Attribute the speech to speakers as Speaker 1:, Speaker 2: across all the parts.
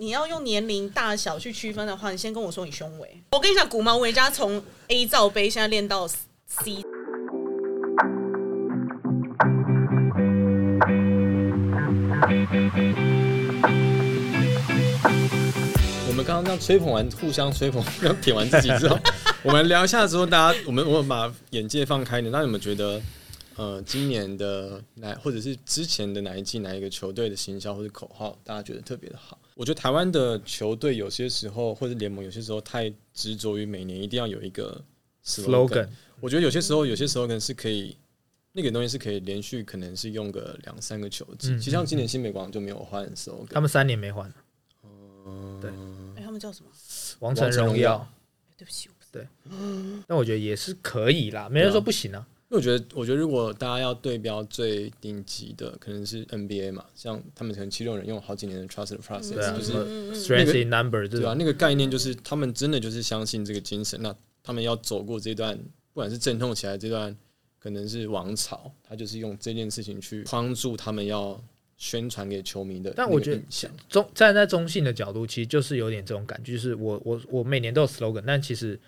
Speaker 1: 你要用年龄大小去区分的话，你先跟我说你胸围。我跟你讲，古毛维嘉从 A 罩杯现在练到 C。
Speaker 2: 我们刚刚这样吹捧完，互相吹捧，刚舔完自己之后，我们聊一下之后，大家我们我们把眼界放开一点，那你们觉得，呃，今年的哪或者是之前的哪一季哪一个球队的行销或者口号，大家觉得特别的好？我觉得台湾的球队有些时候或者联盟有些时候太执着于每年一定要有一个 slogan，
Speaker 3: slogan
Speaker 2: 我觉得有些时候有些时候可能是可以。那个东西是可以连续，可能是用个两三个球季。
Speaker 3: 嗯
Speaker 2: 其实像今年新美国好像就没有换 slogan，
Speaker 3: 他们三年没换，
Speaker 1: 哎、他们叫什么？
Speaker 3: 王者
Speaker 2: 王者荣
Speaker 3: 荣
Speaker 2: 耀
Speaker 3: 耀，
Speaker 1: 哎对不起，我不知
Speaker 3: 但我觉得也是可以啦，没人说不行啊。
Speaker 2: 因为我觉得，我觉得如果大家要对标最顶级的，可能是 NBA 嘛，像他们可能七六人用了好几年的 Trust the Process，、
Speaker 3: 对啊
Speaker 2: 就是、
Speaker 1: 嗯嗯嗯
Speaker 3: Strength in number 这
Speaker 2: 对啊吧、
Speaker 3: 种，
Speaker 2: 那个概念就是他们真的就是相信这个精神，那他们要走过这段，不管是阵痛起来这段，可能是王朝，他就是用这件事情去框住他们要宣传给球迷的。
Speaker 3: 但我觉得
Speaker 2: 想，
Speaker 3: 中站在中性的角度，其实就是有点这种感觉，就是我我我每年都有 slogan，但其实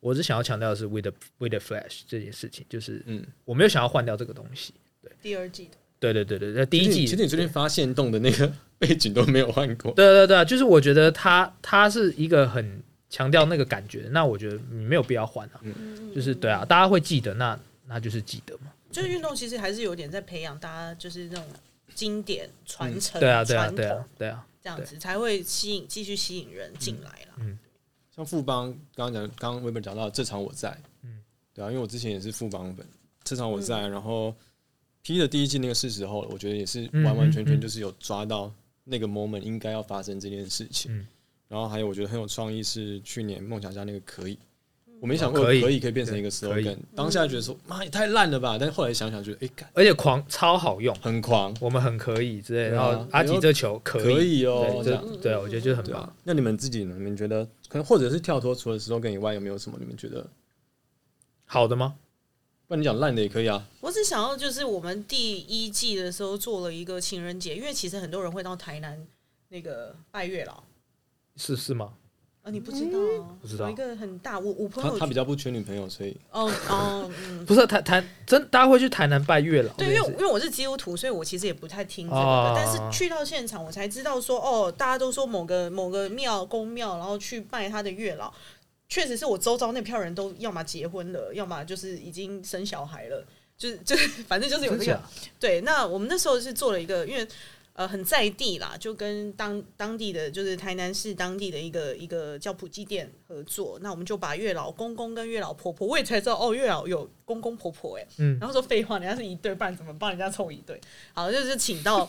Speaker 3: 我只想要强调的是 with a with a flash 这件事情，就是
Speaker 2: 嗯，
Speaker 3: 我没有想要换掉这个东西。
Speaker 1: 第二季的，
Speaker 3: 对对对对，对，第
Speaker 2: 其
Speaker 3: 一
Speaker 2: 实
Speaker 3: 季
Speaker 2: 你其实你最近发现动的那个 背景都没有换过，
Speaker 3: 对对对，就是我觉得他他是一个很强调那个感觉，那我觉得你没有必要换啊，
Speaker 2: 嗯
Speaker 3: 就是对啊，大家会记得，那那就是记得嘛。
Speaker 1: 就是运动其实还是有点在培养大家，就是那种经典传承、
Speaker 3: 对啊，对啊，
Speaker 1: 传统
Speaker 3: 对啊，对嗯啊，
Speaker 1: 这样子才会吸引继续吸引人进来啦。
Speaker 2: 像富邦刚刚讲，刚刚 Weber 讲到这场我在，嗯
Speaker 3: 嗯，
Speaker 2: 对啊，因为我之前也是富邦粉，这场我在，然后 P 的第一季那个是时候了，我觉得也是
Speaker 3: 嗯
Speaker 2: 完完全全就是有抓到那个 moment 应该要发生这件事情。
Speaker 3: 嗯
Speaker 2: 然后还有我觉得很有创意是去年梦想家那个可以，我没想过
Speaker 3: 哦
Speaker 2: 可
Speaker 3: 可
Speaker 2: 以
Speaker 3: 以
Speaker 2: 可以变成一个
Speaker 3: 对可以
Speaker 2: slogan，当下觉得说妈也太烂了吧，但后来想想觉得哎干
Speaker 3: 而且狂超好用，
Speaker 2: 很狂，
Speaker 3: 我们很可以之类的。
Speaker 2: 对
Speaker 3: 然
Speaker 2: 啊
Speaker 3: 后阿吉这球可
Speaker 2: 可
Speaker 3: 以，
Speaker 2: 以哦
Speaker 3: 对，
Speaker 2: 这样
Speaker 3: 这对啊，我觉得就是很
Speaker 2: 对
Speaker 3: 棒
Speaker 2: 啊。。那你们自己呢？你们觉得可能或者是跳脱除了 slogan 以外，有没有什么你们觉得？
Speaker 3: 好的吗？
Speaker 2: 不然你讲烂的也可以啊，
Speaker 1: 我只想要就是我们第一季的时候做了一个情人节，因为其实很多人会到台南那个拜月老。
Speaker 3: 是是吗？
Speaker 1: 啊，你不知道、
Speaker 3: 嗯不知道
Speaker 1: 有一个很大，我我朋
Speaker 2: 他
Speaker 1: 友
Speaker 2: 他比较不缺女朋友，所以
Speaker 1: 哦哦，嗯，
Speaker 3: 不是台台真，大家会去台南拜月老这
Speaker 1: 对，因
Speaker 3: 件
Speaker 1: 为
Speaker 3: 事。
Speaker 1: 我因为我是基督徒，所以我其实也不太听这个的。
Speaker 3: 哦
Speaker 1: 但是去到现场，我才知道说，哦，大家都说某个某个庙公庙，然后去拜他的月老。确实是我周遭那票人都要么结婚了，要么就是已经生小孩了，就是就是反正就是有
Speaker 3: 真
Speaker 1: 这个
Speaker 3: 假
Speaker 1: 对，那我们那时候是做了一个，因为呃很在地啦，就跟当当地的就是台南市当地的一个一个叫普济店合作，那我们就把月老公公跟月老婆婆，我也才知道哦，月老有公公婆婆哎、
Speaker 3: 嗯
Speaker 1: 然后说废话，人家是一对，不然怎么帮人家凑一对？好，就是请 到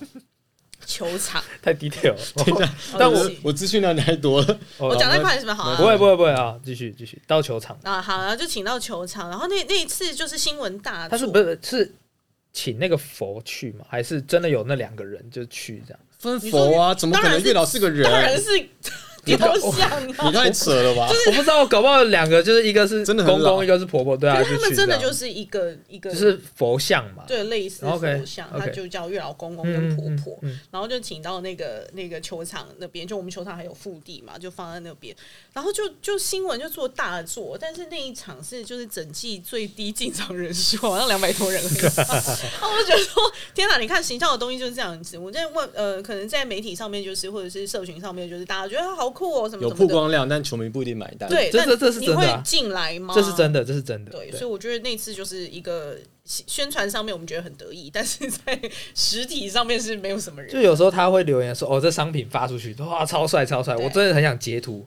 Speaker 1: 球场，
Speaker 3: 太 detail 了。
Speaker 2: 但
Speaker 1: 哦对
Speaker 2: 我
Speaker 1: 不起
Speaker 2: 我资讯量太多了，
Speaker 3: 我
Speaker 1: 我讲太快是吧？好、啊，
Speaker 3: 不会不会不会啊，继续继续到球场，
Speaker 1: 啊好，然后就请到球场，然后那那一次就是新闻大
Speaker 3: 他是
Speaker 1: 作
Speaker 3: 不是是请那个佛去吗？还是真的有那两个人就去这样？
Speaker 2: 分
Speaker 1: 你说
Speaker 2: 佛啊，怎么可
Speaker 1: 当然
Speaker 2: 能
Speaker 1: 是
Speaker 2: 月老是个人
Speaker 1: 当？然是 雕像啊
Speaker 2: 你。太扯了吧！
Speaker 3: 我不知道，搞不好两个就是一个是
Speaker 2: 真的很
Speaker 3: 公
Speaker 2: 老
Speaker 3: 公，一个是婆婆，对啊，
Speaker 1: 可是他
Speaker 3: 就
Speaker 1: 们
Speaker 3: 去
Speaker 1: 真的
Speaker 3: 这样
Speaker 1: 就是一个一个，
Speaker 3: 就是佛像嘛，
Speaker 1: 对类似
Speaker 3: OK，
Speaker 1: 佛像，他
Speaker 3: OK
Speaker 1: 就叫月老公公跟
Speaker 3: 嗯，
Speaker 1: 婆
Speaker 3: 嗯
Speaker 1: 婆。
Speaker 3: 嗯嗯
Speaker 1: 然后就请到那个那个球场那边，就我们球场还有腹地嘛，就放在那边。然后就就新闻就做大做，但是那一场是就是整季最低进场人数，好像两百多人 而已。然后我就觉得说，天哪！你看形象的东西就是这样子。我在问呃，可能在媒体上面就是或者是社群上面，就是大家觉得啊好酷哦，什么
Speaker 2: 有
Speaker 1: 什
Speaker 2: 曝
Speaker 1: 么的。
Speaker 2: 光量，但球迷不一定买单。
Speaker 1: 对，
Speaker 3: 这
Speaker 1: 那
Speaker 3: 这这是
Speaker 1: 你
Speaker 3: 真的
Speaker 1: 会
Speaker 3: 啊
Speaker 1: 进来吗？
Speaker 3: 这是真的，这是真的，
Speaker 1: 对，所以我觉得那次就是一个宣传上面我们觉得很得意，但是在实体上面是没有什么
Speaker 3: 就
Speaker 1: 人。
Speaker 3: 有时候他会留言说：“哦，这商品发出去，哇，超帅超帅！”
Speaker 1: 对
Speaker 3: 我真的很想截图，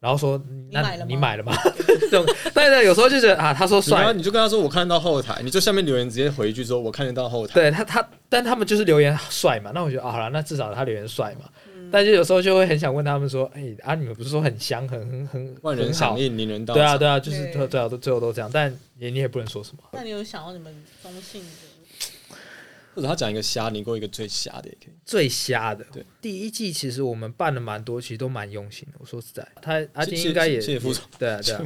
Speaker 3: 然后说：“那
Speaker 1: 买了吗
Speaker 3: 你买了吗？” 这种，但是有时候就觉得啊，他说
Speaker 2: 然后
Speaker 3: 帅，
Speaker 2: 你就跟他说我看得到后台，你就下面留言直接回一句说我看得到后台。
Speaker 3: 对他他，但他们就是留言帅嘛，那我觉得啊，好啦，那至少他留言帅嘛。
Speaker 1: 嗯
Speaker 3: 但是有时候就会很想问他们说：“哎、啊，你们不是说很香，很很很
Speaker 2: 万人
Speaker 3: 很好
Speaker 2: 响应，名人到。
Speaker 3: 对啊，，对啊，就是
Speaker 1: 对
Speaker 3: 对对啊，都最后都这样，但也你也不能说什么。
Speaker 1: 那你有想要你们中性的？
Speaker 2: 或者他讲一个瞎，你给我一个最瞎的也可以。
Speaker 3: 最瞎的
Speaker 2: 对，
Speaker 3: 第一季其实我们办了蛮多，其实都蛮用心的。我说实在，他阿
Speaker 2: 谢
Speaker 3: 金
Speaker 2: 谢
Speaker 3: 应该也
Speaker 2: 谢谢副总
Speaker 3: 对啊 对啊，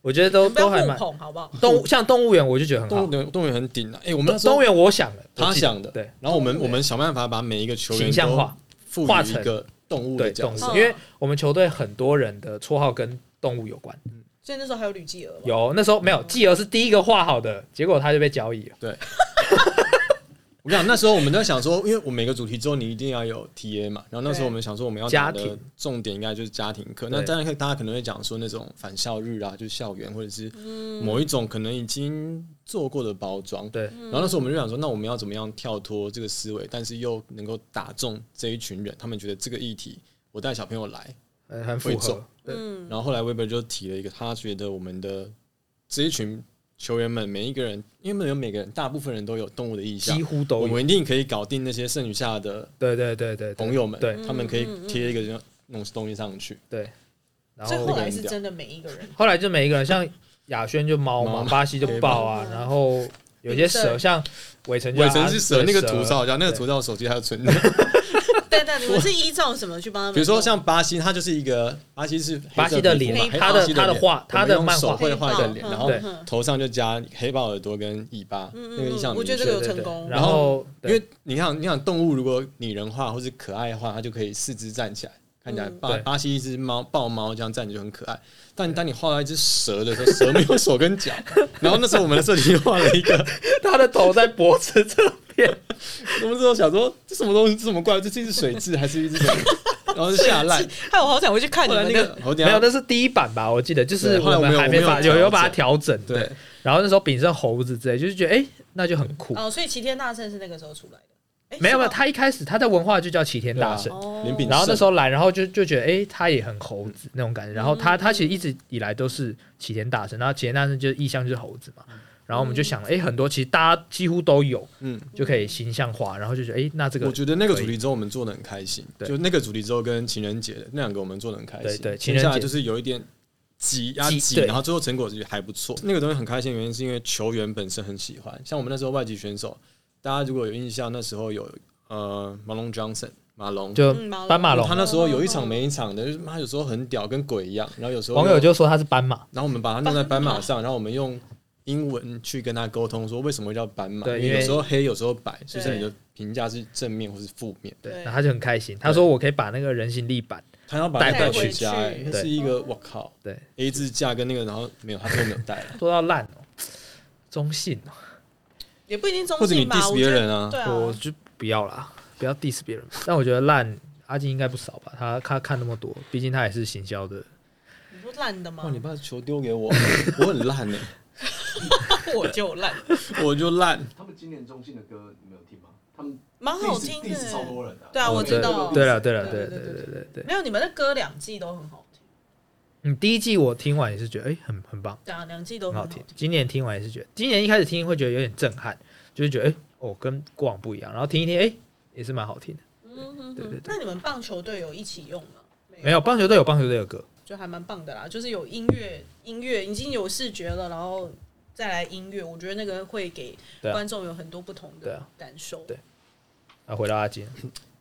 Speaker 3: 我觉得都
Speaker 1: 不要
Speaker 3: 都还
Speaker 1: 互
Speaker 3: 蛮
Speaker 1: 捧好不好？
Speaker 3: 动物像动物园，我就觉得很
Speaker 2: 动
Speaker 3: 好。
Speaker 2: 物动物园很顶啊！哎，我们那
Speaker 3: 动
Speaker 2: 时候
Speaker 3: 动物园我想了，
Speaker 2: 他
Speaker 3: 我记得
Speaker 2: 想的，
Speaker 3: 对，
Speaker 2: 然后我们
Speaker 1: 动物园
Speaker 2: 我们想办法把每一个球员
Speaker 3: 形象
Speaker 2: 都
Speaker 3: 化
Speaker 2: 赋
Speaker 3: 化
Speaker 2: 予一
Speaker 3: 成
Speaker 2: 个动物的
Speaker 3: 对
Speaker 2: 角
Speaker 3: 动
Speaker 2: 色，
Speaker 3: 物，因为我们球队很多人的绰号跟动物有关。
Speaker 1: 所以那时候还有吕继娥吧，
Speaker 2: 嗯
Speaker 3: 有那时候没有，继儿是第一个画好的，结果他就被交易了。
Speaker 2: 我跟你讲，那时候我们在想说，因为我每个主题之后你一定要有 TA 嘛，然后那时候我们想说我们要打
Speaker 3: 家
Speaker 2: 的
Speaker 3: 庭
Speaker 2: 重点应该就是家庭课。
Speaker 3: 对
Speaker 2: 那家庭课大家可能会讲说那种返校日啊，就是校园或者是某一种可能已经做过的包装。
Speaker 3: 嗯对，
Speaker 2: 然后那时候我们就想说，那我们要怎么样跳脱这个思维，但是又能够打中这一群人，他们觉得这个议题，我带小朋友来。
Speaker 3: 呃很很符
Speaker 2: 会
Speaker 3: 合
Speaker 2: 走。
Speaker 3: 嗯
Speaker 1: 嗯
Speaker 2: 然后后来 Weber 就提了一个，他觉得我们的这一群球员们每一个人，因为没有每个人，大部分人都有动物的意向
Speaker 3: 几，乎都
Speaker 2: 我
Speaker 3: 有。
Speaker 2: 们一定可以搞定那些剩余下的
Speaker 3: 对对对对对
Speaker 2: 朋友们，
Speaker 3: 对
Speaker 2: 他们可以贴一个这样那种东西上去。
Speaker 3: 对。然
Speaker 1: 所以
Speaker 3: 后
Speaker 1: 后来是真的每一个 人
Speaker 3: 后来就每一个人，像亚轩就猫
Speaker 2: 猫
Speaker 3: 嘛，
Speaker 2: 嘛
Speaker 3: 巴西就豹啊，然后有些蛇，
Speaker 1: 对
Speaker 3: 像伟成就
Speaker 2: 尾
Speaker 3: 要
Speaker 2: 城
Speaker 3: 拿
Speaker 2: 是蛇，那个图超好笑，那个
Speaker 3: 对
Speaker 2: 图在我手机还有存着。
Speaker 1: 对对，你们是依照什么去帮他们？
Speaker 2: 比如说像巴西，它就是一个巴西是
Speaker 3: 巴西的脸
Speaker 2: 嘛，黑
Speaker 3: 它的
Speaker 2: 巴西
Speaker 3: 它的
Speaker 2: 脸
Speaker 3: 画它的
Speaker 2: 我们用
Speaker 3: 漫画
Speaker 2: 手绘画一个
Speaker 1: 黑
Speaker 2: 脸，
Speaker 1: 豹
Speaker 2: 然后
Speaker 3: 嗯
Speaker 1: 嗯
Speaker 2: 头上就加黑豹耳朵跟尾巴，那个印象
Speaker 1: 我
Speaker 2: 很
Speaker 1: 觉得这
Speaker 2: 明确。
Speaker 1: 个有
Speaker 3: 对对
Speaker 1: 成功
Speaker 3: 对然
Speaker 2: 后
Speaker 3: 后，
Speaker 2: 因为你看，你想动物如果拟人化或是可爱化，它就可以四肢站起来，看起来
Speaker 1: 嗯
Speaker 2: 巴
Speaker 3: 对
Speaker 2: 巴西一只猫豹猫这样站着就很可爱。但当你画到一只蛇的时候，蛇没有手跟 脚。然后那时候我们的设计画了一个，
Speaker 3: 他的头在脖子这边，
Speaker 2: 我们之后想说这什么东西，这什么怪物，这是一只水蛭还是一只什么？然后就下烂。
Speaker 1: 害我好想回去看你
Speaker 2: 后来
Speaker 1: 们
Speaker 2: 那
Speaker 1: 那个
Speaker 2: 个，我等
Speaker 3: 没
Speaker 2: 一
Speaker 3: 有，
Speaker 2: 下
Speaker 3: 那是第一版吧？我记得就是
Speaker 2: 啊对后来我
Speaker 3: 们
Speaker 2: 没有
Speaker 3: 还
Speaker 2: 我
Speaker 3: 没
Speaker 2: 没有
Speaker 3: 把有有把它
Speaker 2: 调整
Speaker 3: 调整
Speaker 2: 对。
Speaker 3: 然后那时候秉着猴子之类，就是觉得哎，那就很酷。
Speaker 1: 哦，所以齐天大圣是那个时候出来的。诶
Speaker 3: 没有没有，
Speaker 1: 是吗
Speaker 3: 他一开始他在文化就叫齐天大圣
Speaker 2: 啊对，
Speaker 1: 哦
Speaker 2: 林炳
Speaker 3: 然后那时
Speaker 2: 候
Speaker 3: 候来，然后就就觉得，哎、他也很猴子那种感
Speaker 2: 嗯
Speaker 3: 觉。然后他他其实一直以来都是齐天大圣，然后齐天大圣就是意象就是猴子嘛。然后我们就想，哎、很多其实大家几乎都有，
Speaker 2: 嗯。
Speaker 3: 就可以形象化。然后就觉得，哎、那这个
Speaker 2: 我觉得那个主题之后我们做的很开心，
Speaker 3: 对
Speaker 2: 就那个主题之后跟情人节的那两个我们做的很开心。
Speaker 3: 对对
Speaker 2: 接
Speaker 3: 情人节
Speaker 2: 下来就是有一点挤压
Speaker 3: 挤
Speaker 2: 挤，
Speaker 3: 对
Speaker 2: 然后最后成果就还不错。那个东西很开心，原因是因为球员本身很喜欢。像我们那时候外籍选手，大家如果有印象，那时候有呃马龙 Johnson 马龙，
Speaker 3: 就
Speaker 1: 嗯马
Speaker 3: 斑马龙
Speaker 2: 他，那时候有一场没一场的，就是妈有时候很屌，跟鬼一样。然后有时候
Speaker 3: 网友就说他是斑马，
Speaker 2: 然后我们把它弄在斑马上，然后我们用英文去跟他沟通，说为什么叫斑马？
Speaker 3: 对
Speaker 2: 因
Speaker 3: 因
Speaker 2: 为
Speaker 3: 为
Speaker 2: 有时候黑，有时候白，所以
Speaker 1: 对
Speaker 2: 你的评价是正面或是负面。
Speaker 3: 对，
Speaker 1: 对
Speaker 3: 然后他就很开心，他说我可以把那个人形立板，
Speaker 2: 他要把
Speaker 3: 带
Speaker 2: 带
Speaker 3: 回
Speaker 2: 回
Speaker 1: 去
Speaker 2: 家，欸那
Speaker 3: 对
Speaker 2: 是一个我靠
Speaker 3: 对，
Speaker 2: A 字架跟那个，然后没有，他都没有
Speaker 3: 。
Speaker 2: 带了
Speaker 3: 做到烂哦，中性哦，
Speaker 1: 也不一定中
Speaker 2: 或者你
Speaker 1: 性吧，
Speaker 2: diss
Speaker 1: 我觉
Speaker 2: 别
Speaker 1: 得
Speaker 2: 人啊
Speaker 1: 对啊，
Speaker 3: 我就不要啦，不要 diss 别人。但我觉得烂，阿金应该不少吧？他他看那么多，毕竟他也是行销的。
Speaker 1: 你不烂的吗
Speaker 2: 哇，？你把球丢给我， 我很烂 呢、
Speaker 1: 我就烂，
Speaker 2: 我就烂。
Speaker 4: 他们今年中信的歌你没有听吗？他们
Speaker 1: 蛮好听
Speaker 4: diss- diss 超
Speaker 1: 的。
Speaker 4: 多人的、
Speaker 1: 对啊，我
Speaker 3: 对
Speaker 1: 知道。
Speaker 3: 对了，对了，
Speaker 1: 对
Speaker 3: 对
Speaker 1: 对
Speaker 3: 对
Speaker 1: 对
Speaker 3: 对对对。
Speaker 1: 没有你们的歌两季都很好听，
Speaker 3: 嗯，第一季我听完也是觉得，哎、很很棒，
Speaker 1: 对啊，两季都
Speaker 3: 很
Speaker 1: 很
Speaker 3: 好
Speaker 1: 好
Speaker 3: 听
Speaker 1: 听。。
Speaker 3: 今年听完也是觉得，今年一开始听会觉得有点震撼，就是觉得，哎、哦，跟过往不一样。然后听一听，哎、也是蛮好听的。
Speaker 1: 嗯哼
Speaker 3: 对
Speaker 1: 哼
Speaker 3: 对对
Speaker 1: 那你们棒球队有一起用吗？
Speaker 3: 没有棒球队有棒球队的歌，
Speaker 1: 就还蛮棒的啦，就是有音乐，音乐已经有视觉了，然后再来音乐，我觉得那个会给
Speaker 3: 对啊
Speaker 1: 观众有很多不同
Speaker 3: 对
Speaker 1: 的
Speaker 3: 啊
Speaker 1: 感受。
Speaker 3: 对啊，回到阿金，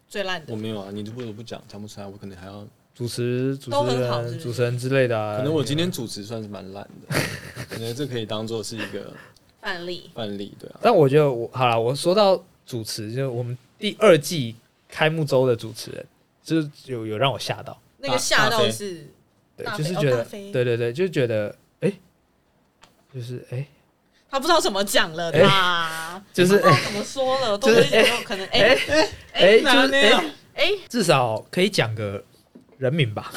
Speaker 1: 最烂
Speaker 2: 我
Speaker 1: 的，
Speaker 2: 没有啊，你如果我不讲，讲不出来，我可能还要，
Speaker 3: 主持主
Speaker 1: 都
Speaker 3: 持
Speaker 1: 很好是
Speaker 3: 人
Speaker 1: 不是
Speaker 3: 主持人之类的、啊，
Speaker 2: 可能我今天主持算是蛮烂 的，可能这可以当做是一个
Speaker 1: 案例
Speaker 2: 范例，对啊。
Speaker 3: 但我觉得我好了，我说到主持，就是我们第二季开幕周的主持人，就是有有让我吓到，
Speaker 1: 那个吓到是
Speaker 3: 对
Speaker 1: 大，
Speaker 3: 就
Speaker 1: 飞
Speaker 3: 是
Speaker 1: 哦
Speaker 3: 觉
Speaker 1: 大
Speaker 3: 得，
Speaker 1: 飞
Speaker 3: 对对对，就觉得，哎、就是哎、
Speaker 1: 他不知道怎么讲了啦，
Speaker 3: 就是哎
Speaker 1: 他不知道怎么说了，都
Speaker 3: 就是
Speaker 1: 是有可能哎
Speaker 3: 哎哎、就是哎、
Speaker 1: 哎，
Speaker 3: 至少可以讲个人名吧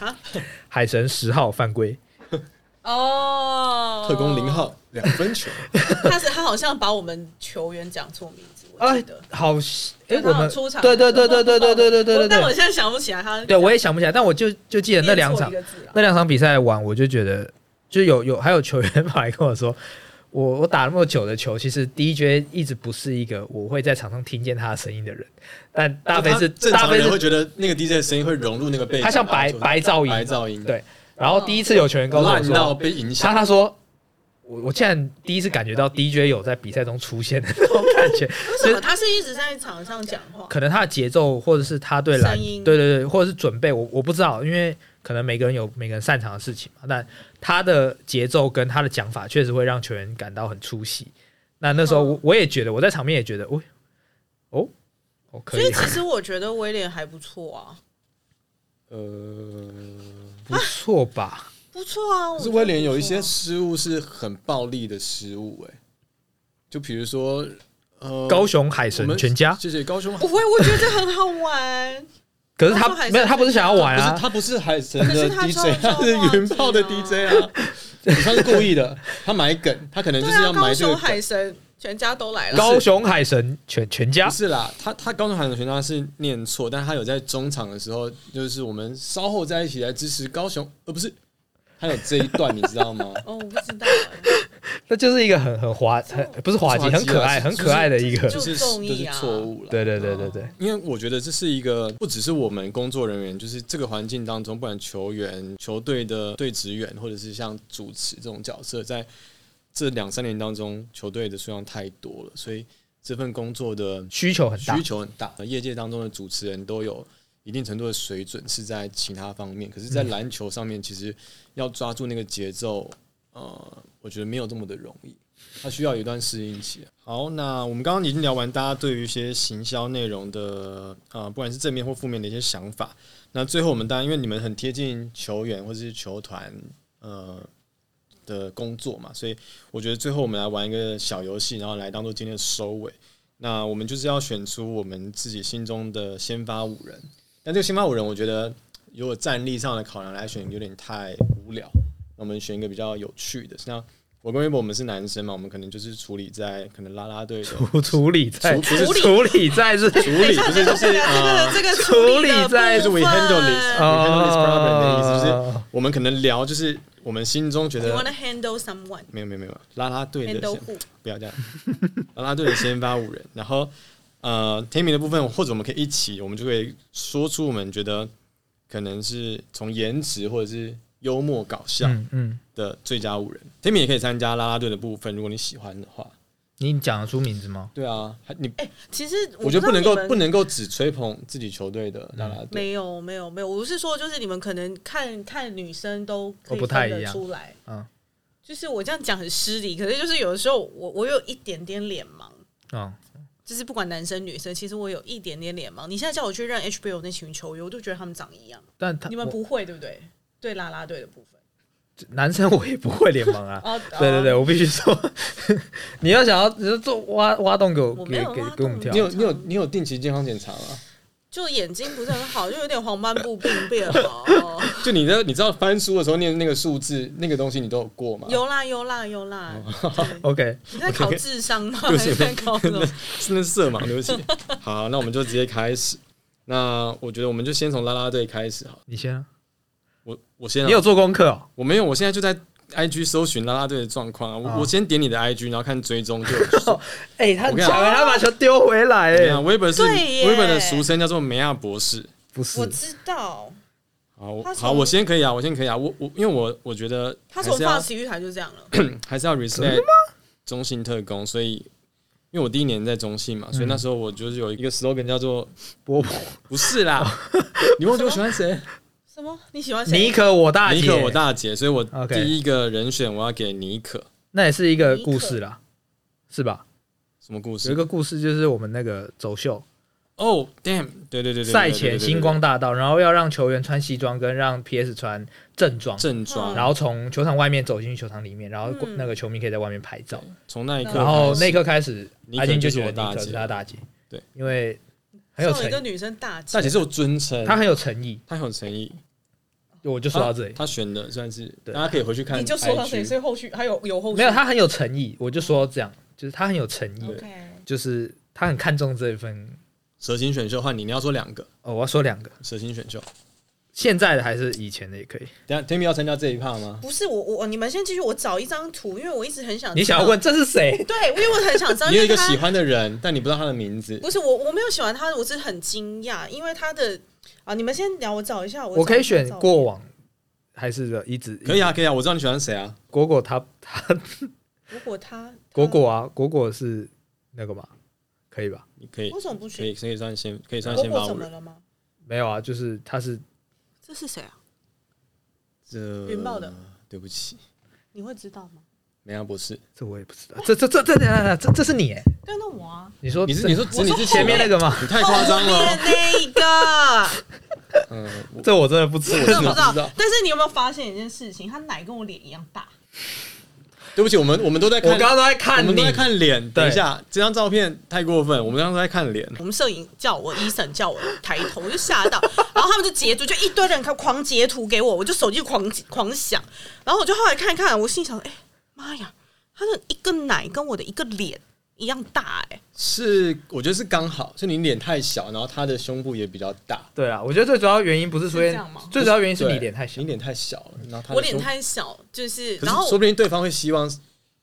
Speaker 1: 啊。
Speaker 3: 海神十号犯规，
Speaker 1: 哦，
Speaker 2: 特工零，号两分球，
Speaker 1: 他是他好像把我们球员讲错名字，我记
Speaker 3: 哎
Speaker 1: 得。，
Speaker 3: 好，哎、
Speaker 1: 因为他
Speaker 3: 我
Speaker 1: 好像
Speaker 3: 们
Speaker 1: 出场的
Speaker 3: 对对对
Speaker 1: 时候
Speaker 3: 对对对对对
Speaker 1: 我
Speaker 3: 对对
Speaker 1: 但我
Speaker 3: 对，
Speaker 1: 现在想不起来他。
Speaker 3: 对我也想不起来，但我就就记得那两场
Speaker 1: 念错一个字啊
Speaker 3: 那两场比赛完，我就觉得就有有还有球员跑来跟我说， 我我打那么久的球，其实 DJ 一直不是一个我会在场上听见他的声音的人，但 大飞是
Speaker 2: 哦他正
Speaker 3: 大
Speaker 2: 常
Speaker 3: 飞
Speaker 2: 人会
Speaker 3: 是，
Speaker 2: 觉得那个 DJ 的声音会融入那个背景，
Speaker 3: 他像
Speaker 2: 然后
Speaker 3: 白
Speaker 2: 就
Speaker 3: 白噪音
Speaker 2: 白噪音，
Speaker 3: 对，然后第一次有球员跟我
Speaker 2: 烂到
Speaker 3: 说，
Speaker 2: 被影响
Speaker 3: 他。他说。我我竟然第一次感觉到 DJ 有在比赛中出现的那种感觉，
Speaker 1: 为什么他是一直在场上讲话？
Speaker 3: 可能他的节奏，或者是他对篮，
Speaker 1: 声音
Speaker 3: 对对对，或者是准备，我我不知道，因为可能每个人有每个人擅长的事情嘛。但他的节奏跟他的讲法，确实会让球员感到很出戏。那那时
Speaker 1: 哦
Speaker 3: 候我我也觉得，我在场面也觉得，哦哦，哦可
Speaker 1: 所以
Speaker 3: 以
Speaker 1: 其实我觉得威廉还不错啊，
Speaker 2: 呃，
Speaker 3: 不错吧？
Speaker 1: 不错啊。我
Speaker 2: 可
Speaker 1: 觉
Speaker 2: 是
Speaker 1: 得
Speaker 2: 威廉有一
Speaker 1: 不错啊
Speaker 2: 些失误是很暴力的失误，哎，就比如说呃，
Speaker 3: 高雄海
Speaker 2: 我
Speaker 3: 神
Speaker 2: 们
Speaker 3: 全家，
Speaker 2: 谢谢高雄，
Speaker 1: 不会，啊我觉得这很好玩。
Speaker 3: 可是
Speaker 1: 高雄海
Speaker 3: 他
Speaker 1: 神
Speaker 3: 没有，他不是想要玩
Speaker 2: 不是
Speaker 3: 啊，
Speaker 2: 他不是海神
Speaker 1: 可是
Speaker 2: 的
Speaker 1: 他
Speaker 2: DJ，
Speaker 1: 超
Speaker 2: 他是
Speaker 1: 超
Speaker 2: 云豹的
Speaker 1: 忘
Speaker 2: DJ 啊，他是故意的，他埋梗，他可能就
Speaker 1: 对
Speaker 2: 是
Speaker 1: 啊，
Speaker 2: 要埋
Speaker 1: 高
Speaker 2: 这个
Speaker 1: 雄
Speaker 2: 梗。
Speaker 1: 海神全家都来了，
Speaker 3: 高雄海神全全家
Speaker 2: 不是啦，他他高中韩的全家是念错，但他有在中场的时候，就是我们稍后再一起来支持高雄，呃，不是，他有这一段，你知道吗？
Speaker 1: 哦，我不知道，
Speaker 3: 那就是一个很很滑，很不是滑
Speaker 2: 滑稽
Speaker 3: 稽，
Speaker 2: 啊
Speaker 3: 很可爱，
Speaker 2: 就是
Speaker 3: 很可爱的一个，
Speaker 2: 就是哦
Speaker 1: 中
Speaker 2: 就是
Speaker 1: 意啊
Speaker 2: 错误了。
Speaker 3: 对对对对对，
Speaker 2: 因为我觉得这是一个不只是我们工作人员，就是这个环境当中，不管球员、球队的队职员，或者是像主持这种角色，在这两三年当中，球队的数量太多了，所以这份工作的
Speaker 3: 需求很大
Speaker 2: 需，求很大，业界当中的主持人都有一定程度的水准是在其他方面，可是，
Speaker 3: 嗯
Speaker 2: 在篮球上面，其实要抓住那个节奏，呃，我觉得没有这么的容易，它需要有一段适应期。好，那我们刚刚已经聊完大家对于一些行销内容的呃，不管是正面或负面的一些想法。那最后我们当然因为你们很贴近球员或者是球团，呃。的工作嘛，所以我觉得最后我们来玩一个小游戏，然后来当做今天的收尾。那我们就是要选出我们自己心中的先发五人。但这个先发五人，我觉得如果战力上的考量来选，有点太无聊。那我们选一个比较有趣的。像我跟微博，我们是男生嘛，我们可能就是处理在可能拉拉队的
Speaker 3: 处处理在
Speaker 2: 不是
Speaker 3: 处理在 是
Speaker 2: 处理，不是就是
Speaker 1: 这个
Speaker 2: 呃，
Speaker 1: 这个
Speaker 3: 处理
Speaker 1: 的
Speaker 3: 在
Speaker 2: 就是 we
Speaker 1: 部
Speaker 2: handle
Speaker 1: 分
Speaker 2: this，we
Speaker 3: 啊
Speaker 2: handle this problem 的意思就是
Speaker 3: 哦
Speaker 2: 我们可能聊就是我们心中觉
Speaker 1: You
Speaker 2: 得
Speaker 1: wanna handle someone,
Speaker 2: 没有没有没有拉拉队的
Speaker 1: handle
Speaker 2: 先
Speaker 1: who？
Speaker 2: 不要这样， 啦啦队的先发五人，然后呃，Tammy 的部分，或者我们可以一起，我们就可以说出我们觉得可能是从颜值或者是幽默搞笑
Speaker 3: 嗯嗯，
Speaker 2: 的最佳五人。Tammy 也可以参加啦啦队的部分，如果你喜欢的话。
Speaker 3: 你讲得出名字吗？
Speaker 2: 对啊，还你
Speaker 1: 其实
Speaker 2: 我觉得不能够不
Speaker 1: 能
Speaker 2: 能够只吹捧自己球队的啦啦队，
Speaker 1: 没有没有没有，我是说就是你们可能看看女生都可以
Speaker 3: 哦不太
Speaker 1: 分得
Speaker 3: 一样
Speaker 1: 出来，
Speaker 3: 嗯
Speaker 1: 就是我这样讲很失礼，可是就是有的时候我我有一点点脸盲。
Speaker 3: 哦，
Speaker 1: 就是不管男生女生，其实我有一点点脸盲。你现在叫我去认 HBO 那群球员，我都觉得他们长一样。
Speaker 3: 但他
Speaker 1: 你们
Speaker 3: 我
Speaker 1: 不会对不对？对啦啦队的部分，
Speaker 3: 男生我也不会联盟 啊。
Speaker 1: 哦，
Speaker 3: 对对对，
Speaker 1: 哦，
Speaker 3: 我必须说， 你要想要只是做挖挖洞给我
Speaker 1: 我没
Speaker 3: 给
Speaker 1: 有
Speaker 3: 给
Speaker 1: 挖
Speaker 3: 给我们
Speaker 1: 洞
Speaker 3: 跳
Speaker 2: 你，有你有你有定期健康检查吗？
Speaker 1: 就眼睛不是很好，就有点黄斑部病变 哦。
Speaker 2: 就你的你知道翻书的时候念那个数字那个东西，你都有过吗？
Speaker 1: 有啦有啦有啦，对
Speaker 3: 哦 OK，
Speaker 1: 你在考智商吗？
Speaker 2: 不
Speaker 1: 还
Speaker 2: 是
Speaker 1: 是在考 什么？
Speaker 2: 真的是色盲，对 不起。好，那我们就直接开始。那我觉得我们就先从啦啦队开始好。
Speaker 3: 你先啊，
Speaker 2: 我我先、啊，
Speaker 3: 你有做功课哦，
Speaker 2: 我没有，我现在就在 IG 搜寻啦啦队的状况啊。我、
Speaker 3: 啊
Speaker 2: 我先点你的 IG，然后看追踪 就有。
Speaker 3: 哎，他
Speaker 2: 我跟你
Speaker 3: 抢
Speaker 2: 讲
Speaker 3: 了，他把球丢回来，
Speaker 2: 对啊
Speaker 3: 哎，
Speaker 2: ，Weber 是
Speaker 1: 对耶
Speaker 2: Weber 的俗称叫做梅亚博士。
Speaker 3: 不是
Speaker 1: 我，知道，
Speaker 2: 好，我
Speaker 1: 他从
Speaker 2: 好，我先可以啊，我先可以啊。我我因为我我觉得
Speaker 1: 他
Speaker 2: 还
Speaker 1: 从
Speaker 2: 是
Speaker 1: 放
Speaker 2: 要
Speaker 1: 体育台就这样了。
Speaker 2: 还是要 respect 中信特工，所以因为我第一年在中信嘛，所以那时候我就是有一个 slogan 叫做
Speaker 3: 嗯波波，
Speaker 2: 不是 啦，你忘记我喜欢谁？
Speaker 1: 什么？你喜欢
Speaker 3: 尼
Speaker 1: 谁？
Speaker 3: 可我大
Speaker 2: 尼
Speaker 3: 姐，
Speaker 2: 可我大姐，所以我
Speaker 3: OK
Speaker 2: 第一个人选我要给尼可。
Speaker 3: 那也是一个
Speaker 1: 尼
Speaker 3: 故
Speaker 1: 克
Speaker 3: 事啦，是吧？
Speaker 2: 什么故
Speaker 3: 有一
Speaker 2: 事？
Speaker 3: 个故事就是我们那个走秀
Speaker 2: 哦、d a m n 对对对对，对对对
Speaker 3: 赛
Speaker 2: 对
Speaker 3: 前
Speaker 2: 对
Speaker 3: 星光大道，然后要让球员穿西装，跟让 PS 穿正装，
Speaker 2: 正装，
Speaker 3: 然后从球场外面走进球场里面，然后
Speaker 1: 嗯
Speaker 3: 那个球迷可以在外面拍照。
Speaker 2: 从那一刻开始，
Speaker 3: 然后那一刻开始，
Speaker 2: 尼克
Speaker 3: 阿金就
Speaker 2: 就是
Speaker 3: 觉
Speaker 2: 我
Speaker 3: 得
Speaker 2: 大
Speaker 3: 尼克
Speaker 2: 姐
Speaker 3: 是他大姐，
Speaker 2: 对，
Speaker 3: 因为很有
Speaker 1: 送
Speaker 3: 诚
Speaker 1: 一个
Speaker 3: 意，
Speaker 1: 女生大姐，
Speaker 2: 大姐是我尊称，
Speaker 3: 他
Speaker 2: 她
Speaker 3: 很有诚意。
Speaker 2: 她很有诚意，
Speaker 3: 我就说到这里，
Speaker 2: 她选的算是大
Speaker 3: 对
Speaker 2: 家可以回去看
Speaker 1: 你
Speaker 2: IG，
Speaker 1: 就说到谁？所以后续还有有后续
Speaker 3: 没有他很有诚意，我就说这样，就是他很有诚意，
Speaker 1: OK，
Speaker 3: 就是他很看重这一份。
Speaker 2: 蛇形选秀换你，你要说两个
Speaker 3: 哦，我要说两个，
Speaker 2: 蛇形选秀。
Speaker 3: 现在的还是以前的也可以。
Speaker 2: 等一下 Timmy 要参加这一趴吗？
Speaker 1: 不是我我你们先继续，我找一张图，因为我一直很想
Speaker 3: 你想要
Speaker 1: 知道
Speaker 3: 问这是谁？
Speaker 1: 对，因为我很想知道，
Speaker 2: 你
Speaker 1: 因
Speaker 2: 有
Speaker 1: 为
Speaker 2: 一个
Speaker 1: 他
Speaker 2: 喜欢的人，但你不知道他的名字。
Speaker 1: 不是我我没有喜欢他，我是很惊讶，因为他的啊，你们先聊，我找一下，我
Speaker 3: 我可以选过
Speaker 1: 往
Speaker 3: 往，还是一直
Speaker 2: 可以
Speaker 1: 嗯
Speaker 2: 啊，可以啊，我知道你喜欢谁啊。
Speaker 3: 果果他他
Speaker 1: 如果他
Speaker 3: 果果啊，果果是那个嘛，可以吧？
Speaker 2: 你可以
Speaker 1: 他为，什么不
Speaker 2: 可以，
Speaker 1: 选
Speaker 2: 可以算先，可以算
Speaker 1: 果
Speaker 2: 先
Speaker 1: 果
Speaker 2: 发
Speaker 1: 怎
Speaker 2: 五
Speaker 1: 么
Speaker 2: 人。
Speaker 1: 了吗？
Speaker 3: 没有啊，就是他是
Speaker 1: 这是谁啊？
Speaker 2: 这
Speaker 1: 云豹的，
Speaker 2: 对不起，
Speaker 1: 你会知道吗？
Speaker 2: 没啊，不是，
Speaker 3: 这我也不知道，这这这这这这这是你哎，
Speaker 1: 对，那我啊，
Speaker 3: 你说
Speaker 2: 你是你说指你是
Speaker 3: 前面那个吗？
Speaker 2: 你太夸张
Speaker 1: 后面
Speaker 2: 了，
Speaker 1: 那一个。
Speaker 2: 嗯，我
Speaker 3: 这我真的不知
Speaker 1: 真的
Speaker 3: 道。
Speaker 1: 不知道
Speaker 2: 我知道。
Speaker 1: 但是你有没有发现一件事情？他奶跟我脸一样大，
Speaker 2: 对不起，我们我们都在看，
Speaker 3: 我刚刚都在
Speaker 2: 我
Speaker 3: 看
Speaker 2: 们
Speaker 3: 你
Speaker 2: 都，在看脸。等一下，这张照片太过分，我们刚刚都在看脸。
Speaker 1: 我们摄影叫我，医生叫我抬头，我就吓到，然后他们就截图，就一堆人狂狂截图给我，我就手机狂狂响，然后我就后来看一看，我心想，哎、妈呀，他的一个奶跟我的一个脸一样大、哎，
Speaker 2: 是，我觉得是刚好，是你脸太小，然后他的胸部也比较大。
Speaker 3: 对啊，我觉得最主要原因不是出
Speaker 1: 是这
Speaker 3: 现
Speaker 1: 样吗，
Speaker 3: 最主要原因是
Speaker 2: 对
Speaker 3: 你脸太小
Speaker 2: 你。脸太小了，然后他的
Speaker 1: 我脸
Speaker 2: 胸，
Speaker 1: 太小，就是，
Speaker 2: 可
Speaker 1: 然后
Speaker 2: 是说不定对方会希望
Speaker 3: 你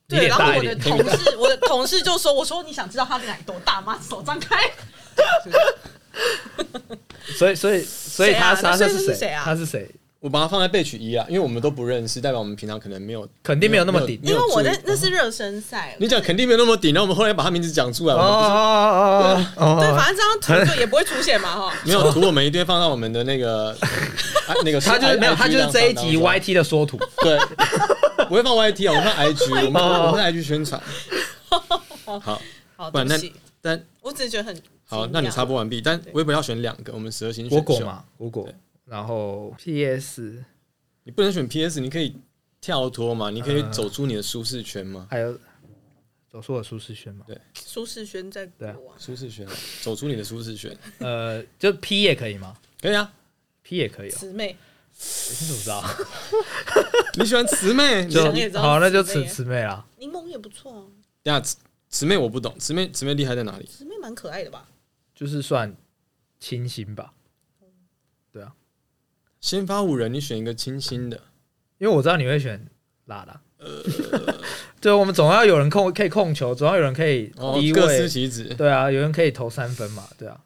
Speaker 1: 对，
Speaker 3: 脸
Speaker 1: 然后
Speaker 3: 大
Speaker 1: 我
Speaker 3: 一
Speaker 1: 的
Speaker 3: 点
Speaker 1: 同事，我的同事就说，我说你想知道他的奶多大欸吗？手张开，
Speaker 3: 所以所以所以
Speaker 1: 谁啊
Speaker 3: 他
Speaker 1: 那
Speaker 3: 他他
Speaker 1: 所以
Speaker 3: 是
Speaker 1: 是谁啊
Speaker 3: 他是谁？
Speaker 2: 我把它放在备取一啊，因为我们都不认识，代表我们平常可能没有，
Speaker 3: 肯定没有那么顶
Speaker 2: 没
Speaker 1: 因
Speaker 2: 有
Speaker 1: 为我
Speaker 2: 注意
Speaker 1: 在那是热身赛，
Speaker 2: 你讲肯定没有那么顶，然后我们后来把他名字讲出来，
Speaker 3: 哦
Speaker 2: 我们不是
Speaker 3: 哦哦哦
Speaker 1: 对，
Speaker 3: 哦
Speaker 1: 反正这张图就也不会出现嘛，哈。
Speaker 2: 没有图，我们一定会放到我们的那个啊那个，
Speaker 3: 他就是没有，他就是这一集 YT 的缩图。
Speaker 2: 对，不会放 YT 啊，我们放 IG，我们 我们在 IG 宣传。好，
Speaker 1: 好，
Speaker 2: 不
Speaker 1: 对
Speaker 2: 然
Speaker 1: 不
Speaker 2: 那
Speaker 1: 起，
Speaker 2: 但
Speaker 1: 我只是觉得很
Speaker 2: 好，
Speaker 1: 惊
Speaker 2: 那你
Speaker 1: 讶
Speaker 2: 插播完毕，但微博要选两个，我们十二星选
Speaker 3: 我果
Speaker 2: 秀，
Speaker 3: 嘛，我果
Speaker 2: 对，
Speaker 3: 然后 PS
Speaker 2: 你不能选 PS，你可以跳脱
Speaker 3: 呃
Speaker 2: 嘛，你可以走出你的舒适圈嘛，
Speaker 3: 还有走出我舒适圈嘛。
Speaker 1: 舒适圈在国外，
Speaker 2: 舒适圈，走出你的舒适圈，
Speaker 3: 呃，就 P 也可以吗
Speaker 2: 可以啊，
Speaker 3: ？P 也可
Speaker 2: 啊
Speaker 3: 以、哦，
Speaker 1: 姊妹
Speaker 3: 你怎么知道？
Speaker 2: 你喜欢慈 妹，你
Speaker 1: 就
Speaker 2: 等
Speaker 1: 想也知道
Speaker 3: 好，那就
Speaker 1: 姊妹
Speaker 3: 慈
Speaker 1: 啊
Speaker 3: 慈妹啦。
Speaker 1: 柠檬也不错啊，
Speaker 2: 一下慈慈妹我不懂，慈妹慈妹厉害在哪里？
Speaker 1: 姊妹蛮可爱的吧？
Speaker 3: 就是算清新吧。
Speaker 2: 先发五人，你选一个清新的，
Speaker 3: 因为我知道你会选拉拉。对，我们总要有人控可以控球，总要有人可以
Speaker 2: 哦
Speaker 3: 低，
Speaker 2: 各司
Speaker 3: 位。
Speaker 2: 其职。
Speaker 3: 对啊，有人可以投三分嘛？对啊，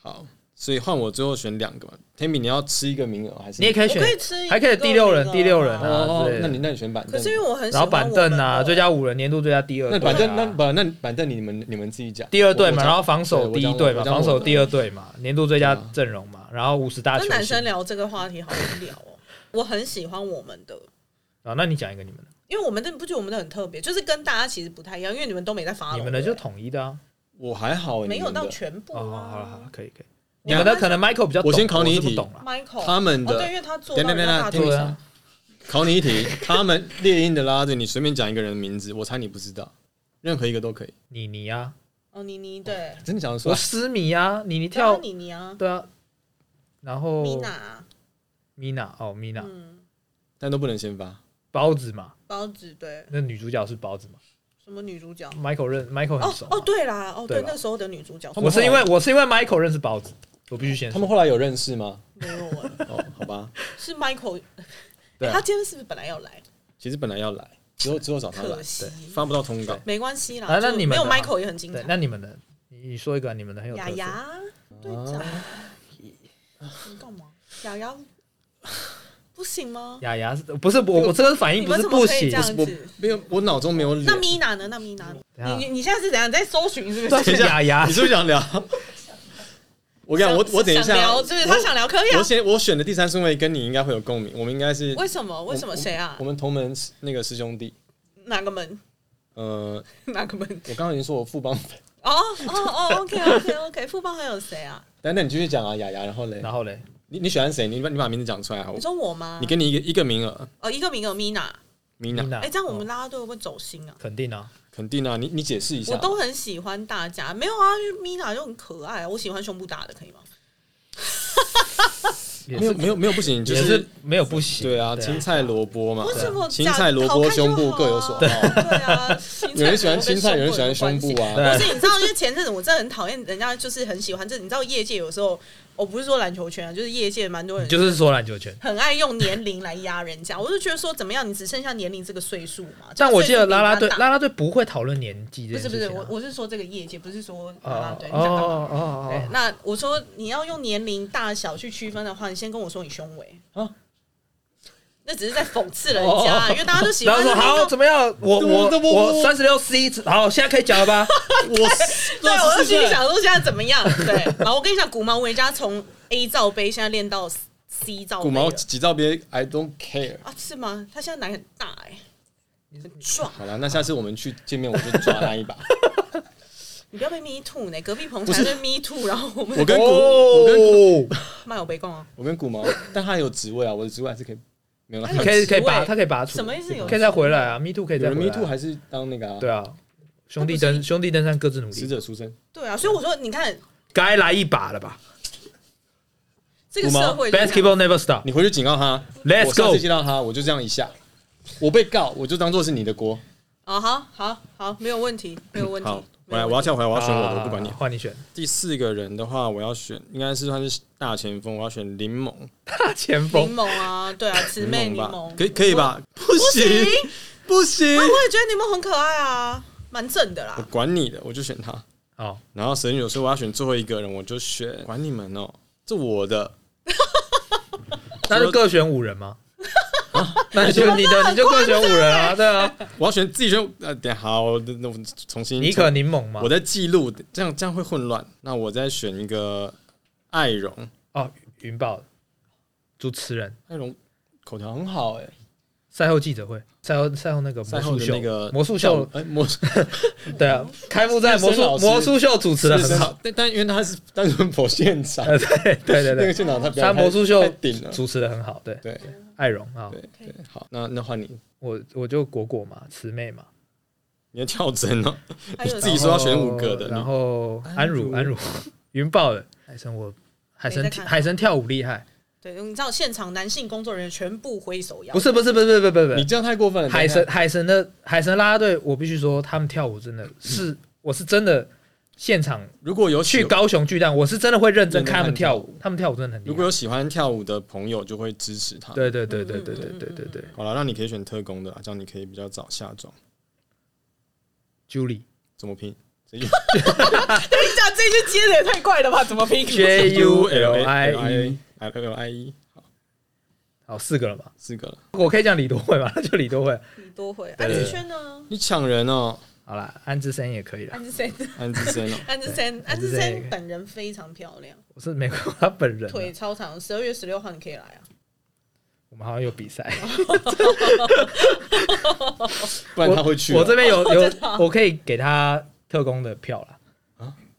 Speaker 2: 好，所以换我最后选两个嘛。天明，你要吃一个名额还是？
Speaker 3: 你也可以
Speaker 1: 我
Speaker 3: 选
Speaker 1: 可，以吃一个，
Speaker 3: 还可以第六人第六人啊
Speaker 2: 哦
Speaker 3: 之类，的
Speaker 2: 那你那你选板
Speaker 1: 可
Speaker 2: 凳
Speaker 1: 是。因为我很喜
Speaker 3: 然后
Speaker 1: 欢
Speaker 3: 板凳
Speaker 1: 我
Speaker 3: 啊，
Speaker 1: 们
Speaker 3: 最佳五人年度最佳第二
Speaker 2: 那
Speaker 3: 队啊，
Speaker 2: 板凳，那不，那板凳你们你们自己讲。
Speaker 3: 第二队
Speaker 2: 我
Speaker 3: 嘛，
Speaker 2: 我
Speaker 3: 然后防守
Speaker 2: 对我
Speaker 3: 第一
Speaker 2: 讲
Speaker 3: 队
Speaker 2: 我
Speaker 3: 嘛，
Speaker 2: 讲
Speaker 3: 防守
Speaker 2: 我的
Speaker 3: 第二队嘛，年度最佳
Speaker 2: 对啊
Speaker 3: 阵容嘛，然后五十大球
Speaker 1: 跟男生
Speaker 3: 星
Speaker 1: 聊这个话题好无聊哦。我很喜欢我们的，
Speaker 3: 啊，那你讲一个你们的，
Speaker 1: 因为我们的你不觉得我们的很特别，就是跟大家其实不太一样，因为你们都没在发，
Speaker 3: 你们的就统一的啊，
Speaker 2: 我还好，欸
Speaker 1: 没有
Speaker 2: 你们的
Speaker 1: 到全部
Speaker 3: 哦，好
Speaker 1: 啊。
Speaker 3: 了好了，可以可以，
Speaker 1: 我
Speaker 3: 你们的
Speaker 1: 刚才
Speaker 3: 可能 Michael 比较懂，
Speaker 2: 我先考你
Speaker 3: 是
Speaker 2: 一题
Speaker 3: 不懂了，
Speaker 1: Michael
Speaker 2: 他们的
Speaker 1: 哦对，因为他做到
Speaker 2: 等等
Speaker 1: 人家
Speaker 2: 等
Speaker 1: 大
Speaker 2: 等
Speaker 1: 腿
Speaker 3: 对
Speaker 1: 上
Speaker 3: 啊，
Speaker 2: 考你一题，他们猎鹰的啦啦队，你随便讲一个人的名字，我猜你不知道，任何一个都可以。
Speaker 3: 妮妮啊，
Speaker 1: 哦，妮妮对，
Speaker 2: 真的讲得出
Speaker 3: 我
Speaker 2: 来？
Speaker 3: 思米啊，妮妮
Speaker 1: 跳
Speaker 3: 跳，哦
Speaker 1: 妮妮啊，
Speaker 3: 对啊，然后
Speaker 1: 米娜，啊
Speaker 3: 米娜哦米娜
Speaker 1: 嗯，
Speaker 2: 但都不能先发。
Speaker 3: 包子嘛，
Speaker 1: 包子对，
Speaker 3: 那女主角是包子嘛
Speaker 1: 什么女主角？
Speaker 3: ，Michael 认 Michael
Speaker 1: 哦
Speaker 3: 很熟嘛
Speaker 1: 哦，，对啦，哦
Speaker 3: 对
Speaker 1: 对，
Speaker 3: 吧
Speaker 1: 那时候的女主角，
Speaker 2: 他们
Speaker 3: 我是因
Speaker 2: 后
Speaker 3: 为我是因为 Michael 认识包子，我必须先
Speaker 2: 他
Speaker 3: 说
Speaker 2: 们后来有认识吗？
Speaker 1: 没有啊，
Speaker 2: 哦，好吧，
Speaker 1: 是 Michael，
Speaker 2: 对啊
Speaker 1: 他今天是不是本来要来？
Speaker 2: 其实本来要来，之后之后找哦他来
Speaker 1: 可，惜，
Speaker 2: 发不到通告。
Speaker 1: 没关系啦。
Speaker 3: 啊那
Speaker 1: 就
Speaker 3: 你
Speaker 1: 没
Speaker 3: 们
Speaker 1: 有
Speaker 3: 的啊
Speaker 1: Michael 也很精
Speaker 3: 对，
Speaker 1: 彩。
Speaker 3: 那你们的你你说一个你们的很有
Speaker 1: 雅
Speaker 3: 特色，
Speaker 1: 雅队长，
Speaker 2: 啊
Speaker 1: 你干嘛？雅雅不行 吗？
Speaker 3: 雅雅是不是我我这个反应
Speaker 1: 你
Speaker 3: 不
Speaker 1: 们
Speaker 3: 是
Speaker 1: 怎么
Speaker 3: 不
Speaker 1: 可以
Speaker 3: 行
Speaker 1: 这，样
Speaker 2: 我
Speaker 1: 子？
Speaker 2: 没有，我脑中没有脸。
Speaker 1: 那 Mina 呢？那 Mina，呢
Speaker 3: 等一下
Speaker 1: 你你现在是怎样？你在搜寻是不
Speaker 3: 但
Speaker 1: 是？
Speaker 3: 是雅 雅
Speaker 2: 你是不是 想聊？我跟你讲，我我等一
Speaker 1: 想
Speaker 2: 下，
Speaker 1: 聊，就是他
Speaker 2: 我
Speaker 1: 想聊，可以
Speaker 2: 我
Speaker 1: 啊。
Speaker 2: 选我选的第三顺位跟你应该会有共鸣，我们应该是
Speaker 1: 为什么？为什么？谁啊
Speaker 2: 我？们同门那个师兄弟。
Speaker 1: 哪个门？
Speaker 2: 呃，
Speaker 1: 哪个门？
Speaker 2: 我刚刚已经说我富邦，
Speaker 1: 哦哦 哦，OK OK OK，富邦还有谁啊？
Speaker 2: 等等你继续讲啊，雅雅，然后嘞，
Speaker 3: 然后嘞，
Speaker 2: 你你喜欢谁？你把你把名字讲出来啊！我
Speaker 1: 你说我吗？
Speaker 2: 你给啊你一个一个名额，
Speaker 1: 哦，一个名额 Mina。
Speaker 2: 米
Speaker 3: 米
Speaker 2: 娜，
Speaker 3: 娜，
Speaker 1: 哎，这样我们
Speaker 3: 哦
Speaker 1: 拉拉队会不会走心啊？
Speaker 3: 肯定啊，
Speaker 2: 肯定啊，你你解释一
Speaker 1: 我
Speaker 2: 下。
Speaker 1: 都很喜欢大家，没有啊，因为 Mina 就很可爱啊，我喜欢胸部大的，可以吗？
Speaker 3: 也
Speaker 2: 没有
Speaker 3: 是
Speaker 2: 没有没有不行，就
Speaker 3: 也
Speaker 2: 是
Speaker 3: 是没有不行，
Speaker 2: 对啊，青菜萝卜嘛啊
Speaker 1: 为，什么
Speaker 2: 青
Speaker 1: 讲
Speaker 2: 菜萝
Speaker 1: 好
Speaker 2: 卜
Speaker 1: 看就
Speaker 2: 胸部
Speaker 1: 好
Speaker 2: 各有所
Speaker 1: 啊
Speaker 2: 好。
Speaker 1: 对啊， 青
Speaker 2: 有人喜欢
Speaker 1: 萝卜跟
Speaker 2: 青菜，有人
Speaker 1: 胸
Speaker 2: 喜欢胸
Speaker 1: 部有
Speaker 2: 部啊。
Speaker 1: 关系。
Speaker 3: 对
Speaker 1: 不是，你知道，因为前阵子我真的很讨厌人家，就是很喜欢这，你知道，业界有时候，我不是说篮球圈啊，就是业界蛮多人
Speaker 3: 你就是说篮球圈。
Speaker 1: 很爱用年龄来压人家，我就觉得说，怎么样，你只剩下年龄这个岁数嘛？
Speaker 3: 但我记得
Speaker 1: 这个岁数比
Speaker 3: 啦啦队，
Speaker 1: 他大
Speaker 3: 啦啦队不会讨论年纪
Speaker 1: 不是
Speaker 3: 这件
Speaker 1: 不
Speaker 3: 事
Speaker 1: 是，
Speaker 3: 情
Speaker 1: 我
Speaker 3: 啊。
Speaker 1: 我是说这个业界，不是说
Speaker 3: 哦
Speaker 1: 啦啦队，
Speaker 3: 哦
Speaker 1: 你想干嘛？
Speaker 3: 哦
Speaker 1: 对
Speaker 3: 哦，哦，
Speaker 1: 那我说你要用年龄大小去区分的话，你先跟我说你胸围
Speaker 2: 啊
Speaker 1: 那只是在讽刺人
Speaker 2: 哦哦
Speaker 1: 家，啊
Speaker 2: 哦
Speaker 1: 因为大家都喜
Speaker 3: 然
Speaker 1: 欢
Speaker 3: 后说
Speaker 1: 那种
Speaker 3: 好怎么样？我我
Speaker 2: 对我
Speaker 3: 我三十六 C，好，现在可以讲 了吧？
Speaker 2: 我
Speaker 1: 对，啊
Speaker 2: 那
Speaker 1: 我就心
Speaker 2: 14岁
Speaker 1: 里想说现在怎么 样？对，然后我跟你讲，古毛维加从 A 罩杯现在练到 C 罩杯
Speaker 2: 骨毛
Speaker 1: 了
Speaker 2: 几罩杯，I don't care。
Speaker 1: 啊？是吗？他现在奶很大哎、很壮。
Speaker 2: 好了，那下次我们去见面，我就抓他一 把。
Speaker 1: 你不要被 me too 呢，隔壁棚才被 me too，然后我们
Speaker 2: 我跟古，
Speaker 3: 哦
Speaker 2: 我跟古，
Speaker 1: 卖有被供啊，
Speaker 2: 我跟古毛，但他有职位啊，我的职位还是可以，没有啦
Speaker 1: 他有。
Speaker 3: 可以可以
Speaker 1: 职
Speaker 3: 拔，
Speaker 1: 位
Speaker 3: 他可以拔除，
Speaker 1: 什么意思有
Speaker 3: 可以再回来啊，Me Too 可以
Speaker 2: 有
Speaker 3: 再
Speaker 2: 人
Speaker 3: 回来
Speaker 2: me
Speaker 3: 啊
Speaker 2: too 还是当那个啊
Speaker 3: 对啊，兄弟登兄弟登山各自努
Speaker 2: 死
Speaker 3: 力，
Speaker 2: 者出生，
Speaker 1: 对啊，所以我说你看
Speaker 3: 该来一把了吧
Speaker 1: 这个
Speaker 2: 五毛
Speaker 1: 社会就是这样，
Speaker 3: ？Basketball never stop。
Speaker 2: 你回去警告他
Speaker 3: Let's
Speaker 2: 我下
Speaker 3: go
Speaker 2: 次见到他，我就这样一下，我被告，我就当做是你的锅。
Speaker 1: 哦，好好好，没有问题，没有问题
Speaker 2: 好，，我
Speaker 1: 没有
Speaker 2: 来，
Speaker 1: 问
Speaker 2: 我
Speaker 1: 题
Speaker 2: 要跳回来，我要选我的，
Speaker 3: 啊
Speaker 2: 我不管你。
Speaker 3: 换你选
Speaker 2: 第四个人的话，我要选，应该是算是大前锋，我要选柠檬，
Speaker 3: 大前
Speaker 1: 柠
Speaker 3: 锋，
Speaker 1: 檬啊，对啊，姊妹柠
Speaker 2: 吧
Speaker 1: 檬，，
Speaker 2: 可以可以吧？不 行
Speaker 1: 行
Speaker 2: 不行，
Speaker 1: 啊我也觉得柠檬很可爱啊，蛮正的
Speaker 2: 我
Speaker 1: 啦。
Speaker 2: 管你的，我就选他。
Speaker 3: 好，
Speaker 2: 然后神女有说我要选最后一个人，我就选管你们哦，这我的，
Speaker 3: 那就各选五人吗？
Speaker 2: 啊
Speaker 3: 那就你的，你就各选五人啊，
Speaker 2: 欸
Speaker 3: 对啊，
Speaker 2: 我要选自己选。呃，等一下好，那那我重新。
Speaker 3: 尼可柠檬嘛
Speaker 2: 我，在记录，这样这样会混乱。那我再选一个艾荣，
Speaker 3: 哦，云豹主持人，
Speaker 2: 艾荣口条很好哎、
Speaker 3: 赛后记者会，赛后赛后那个
Speaker 2: 赛
Speaker 3: 魔
Speaker 2: 后
Speaker 3: 术
Speaker 2: 的
Speaker 3: 秀，
Speaker 2: 那个
Speaker 3: 魔术
Speaker 2: 教
Speaker 3: 秀
Speaker 2: 母， 哎、魔 术
Speaker 3: 对啊，开幕在
Speaker 2: 日升
Speaker 3: 魔术
Speaker 2: 老师
Speaker 3: 魔术秀主持的
Speaker 2: 是
Speaker 3: 很好，
Speaker 2: 好，但但因为他是单纯跑现场，
Speaker 3: 呃，对对对
Speaker 2: 那个
Speaker 3: 对，
Speaker 2: 现场他比
Speaker 3: 他魔术秀
Speaker 2: 顶了。
Speaker 3: 主持的很好，对，
Speaker 2: 对
Speaker 3: 艾荣啊，
Speaker 2: 对对，好，那那换你，
Speaker 3: 我我就果果嘛，慈妹嘛，
Speaker 2: 你要跳针哦，
Speaker 1: 还有
Speaker 2: 你自己说要选五个的
Speaker 3: 然后然后安如安
Speaker 2: 安
Speaker 3: 如 云豹的海参，我海参
Speaker 1: 没在看
Speaker 3: 海参跳舞厉害，
Speaker 1: 对，你知道现场男性工作人员全部挥手摇，
Speaker 3: 不是不是不是不是不是不
Speaker 2: 你
Speaker 3: 是，
Speaker 2: 这样太过分了。
Speaker 3: 海
Speaker 2: 等
Speaker 3: 神
Speaker 2: 一下
Speaker 3: 海神的海神啦啦队，我必须说他们跳舞真的是我是真的现场
Speaker 2: 如果有喜
Speaker 3: 去高雄巨蛋，我是真的会认真
Speaker 2: 认真
Speaker 3: 看他们
Speaker 2: 看跳
Speaker 3: 跳舞，他们跳舞真的很厉
Speaker 2: 如果
Speaker 3: 害，
Speaker 2: 有喜欢跳舞的朋友，就会支持他。
Speaker 3: 对对对对
Speaker 1: 嗯
Speaker 3: 对
Speaker 1: 嗯
Speaker 3: 对
Speaker 1: 嗯
Speaker 3: 对对对
Speaker 2: 好了，那你可以选特工的啦，啊这样你可以比较早下妆。
Speaker 3: ，Julie
Speaker 2: 怎么拼
Speaker 1: 等一下，这句接的也太怪了吧？怎么拼？
Speaker 3: J U L I E，
Speaker 2: L L I E，好，
Speaker 3: 好四个了嘛，
Speaker 2: 四个了。
Speaker 3: 我可以讲李多慧嘛，那 就李多慧，
Speaker 1: 你多会
Speaker 3: 对
Speaker 1: 安志轩呢？
Speaker 2: 你抢人哦，
Speaker 3: 好啦，安之森也可以啦，
Speaker 1: 安志森，
Speaker 2: 安之森 哦，
Speaker 1: 安志森，安
Speaker 3: 志
Speaker 1: 志
Speaker 3: 森也
Speaker 1: 森本人非常漂亮，
Speaker 3: 我是没看过他本人啊，
Speaker 1: 腿超长。十二月十六号你可以来啊！
Speaker 3: 我们好像有比赛。
Speaker 2: 不然他会 去哦。
Speaker 3: 我。我这边有有，我可以给他特工的票啦，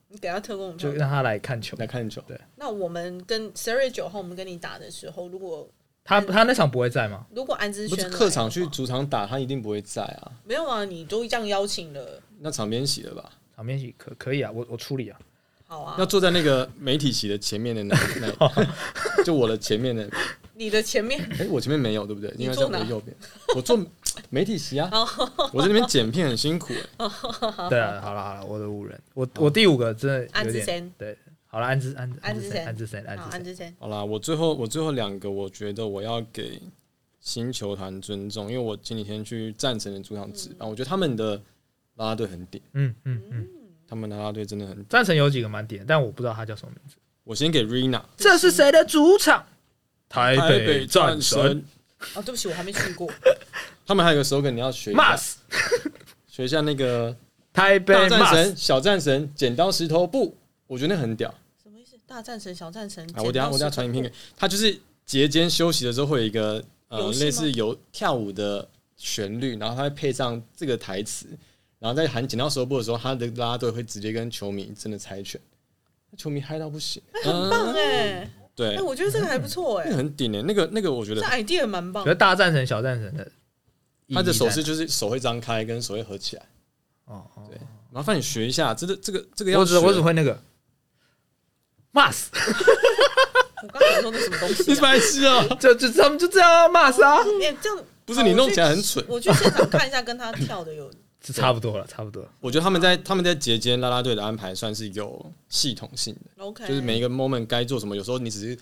Speaker 1: 你给他特工票
Speaker 3: 就。让他来看球。
Speaker 2: 来看球，
Speaker 1: 那我们跟十二月九号我们跟你打的时候，如果
Speaker 3: 他他那场不会在吗？
Speaker 1: 如果安志
Speaker 2: 不
Speaker 1: 轩
Speaker 2: 是
Speaker 1: 来的话
Speaker 2: 客场去主场打，他一定不会在啊。
Speaker 1: 没有啊？你都这样邀请了，
Speaker 2: 那场边席了吧？
Speaker 3: 场面戏可可以啊，我我处理啊。
Speaker 1: 好啊
Speaker 2: 要。坐在那个媒体席的前面的那 那，就我的前面的，
Speaker 1: 你的前面
Speaker 2: 哎，我前面没有对不对？
Speaker 1: 你
Speaker 2: 应该在
Speaker 1: 坐
Speaker 2: 我
Speaker 1: 哪哦
Speaker 2: 的右边。我坐媒体席啊，我在那边剪片很辛苦哎。
Speaker 3: 对啊，好了好了，我的五人，我我第五个真的
Speaker 1: 安
Speaker 3: 有
Speaker 1: 之
Speaker 3: 点
Speaker 1: 森，
Speaker 3: 对。好了，安之安
Speaker 1: 安
Speaker 3: 之
Speaker 1: 之
Speaker 3: 森
Speaker 1: 森
Speaker 3: 安之森安
Speaker 1: 好，
Speaker 3: 之
Speaker 1: 安志
Speaker 3: 森，
Speaker 1: 森，
Speaker 2: 好啦，我最后我最后两个，我觉得我要给新球团尊重，因为我前几天去战神的主场值
Speaker 1: 嗯
Speaker 2: 班，我觉得他们的啦啦队很顶，
Speaker 3: 嗯嗯嗯，
Speaker 2: 他们的啦啦队真的很顶。
Speaker 3: 赞成有几个蛮点，但我不知道他叫什么名字。
Speaker 2: 我先给 Rina
Speaker 3: 这是谁的主场？台
Speaker 2: 台北战神，，
Speaker 1: 哦，对不起，我还没去过。
Speaker 2: 他们还有个 slogan 你要学一下
Speaker 3: 骂死
Speaker 2: 学一下那个
Speaker 3: 台北
Speaker 2: 大战
Speaker 3: 骂
Speaker 2: 神、
Speaker 3: 死。
Speaker 2: 小战神、剪刀石头布，我觉得那很屌
Speaker 1: 什么意思？大战神、小战神？
Speaker 2: 啊！我等下
Speaker 1: 剪刀
Speaker 2: 我等下
Speaker 1: 石头
Speaker 2: 传影
Speaker 1: 布
Speaker 2: 片给他，就是节间休息的时候会有一个呃
Speaker 1: 游戏吗
Speaker 2: 类似有跳舞的旋律，然后他会配上这个台词，然后在喊剪刀石头布的时候，他的啦啦队会直接跟球迷真的猜拳，球迷嗨到不行，啊
Speaker 1: 很棒哎、
Speaker 2: 对
Speaker 1: 哎、，我觉得这个还不错哎、
Speaker 2: 那个很顶的，欸那个那个我觉
Speaker 1: 这
Speaker 2: 得
Speaker 1: idea 蛮棒
Speaker 3: 觉得。大战神、小战神的意义在哪，
Speaker 2: 他的手势就是手会张开跟手会合起来，
Speaker 3: 哦哦，
Speaker 2: 对，麻烦你学一下，这个这个这个要
Speaker 3: 我只我只
Speaker 2: 学
Speaker 3: 会那个骂死。
Speaker 1: 我刚才说的什么东 西、
Speaker 2: 你
Speaker 1: 啊？
Speaker 2: 白痴 啊！
Speaker 3: 就就他们就这样啊骂杀，
Speaker 1: 哎、这样
Speaker 2: 不是你弄起来很蠢，
Speaker 1: 哎我去现场看一下，跟他跳的有
Speaker 3: 就差不多了，差不多了。
Speaker 2: 我觉得他们在他们在节间啦啦队的安排算是有系统性的，
Speaker 1: OK，
Speaker 2: 就是每一个 moment 该做什么，有时候你只是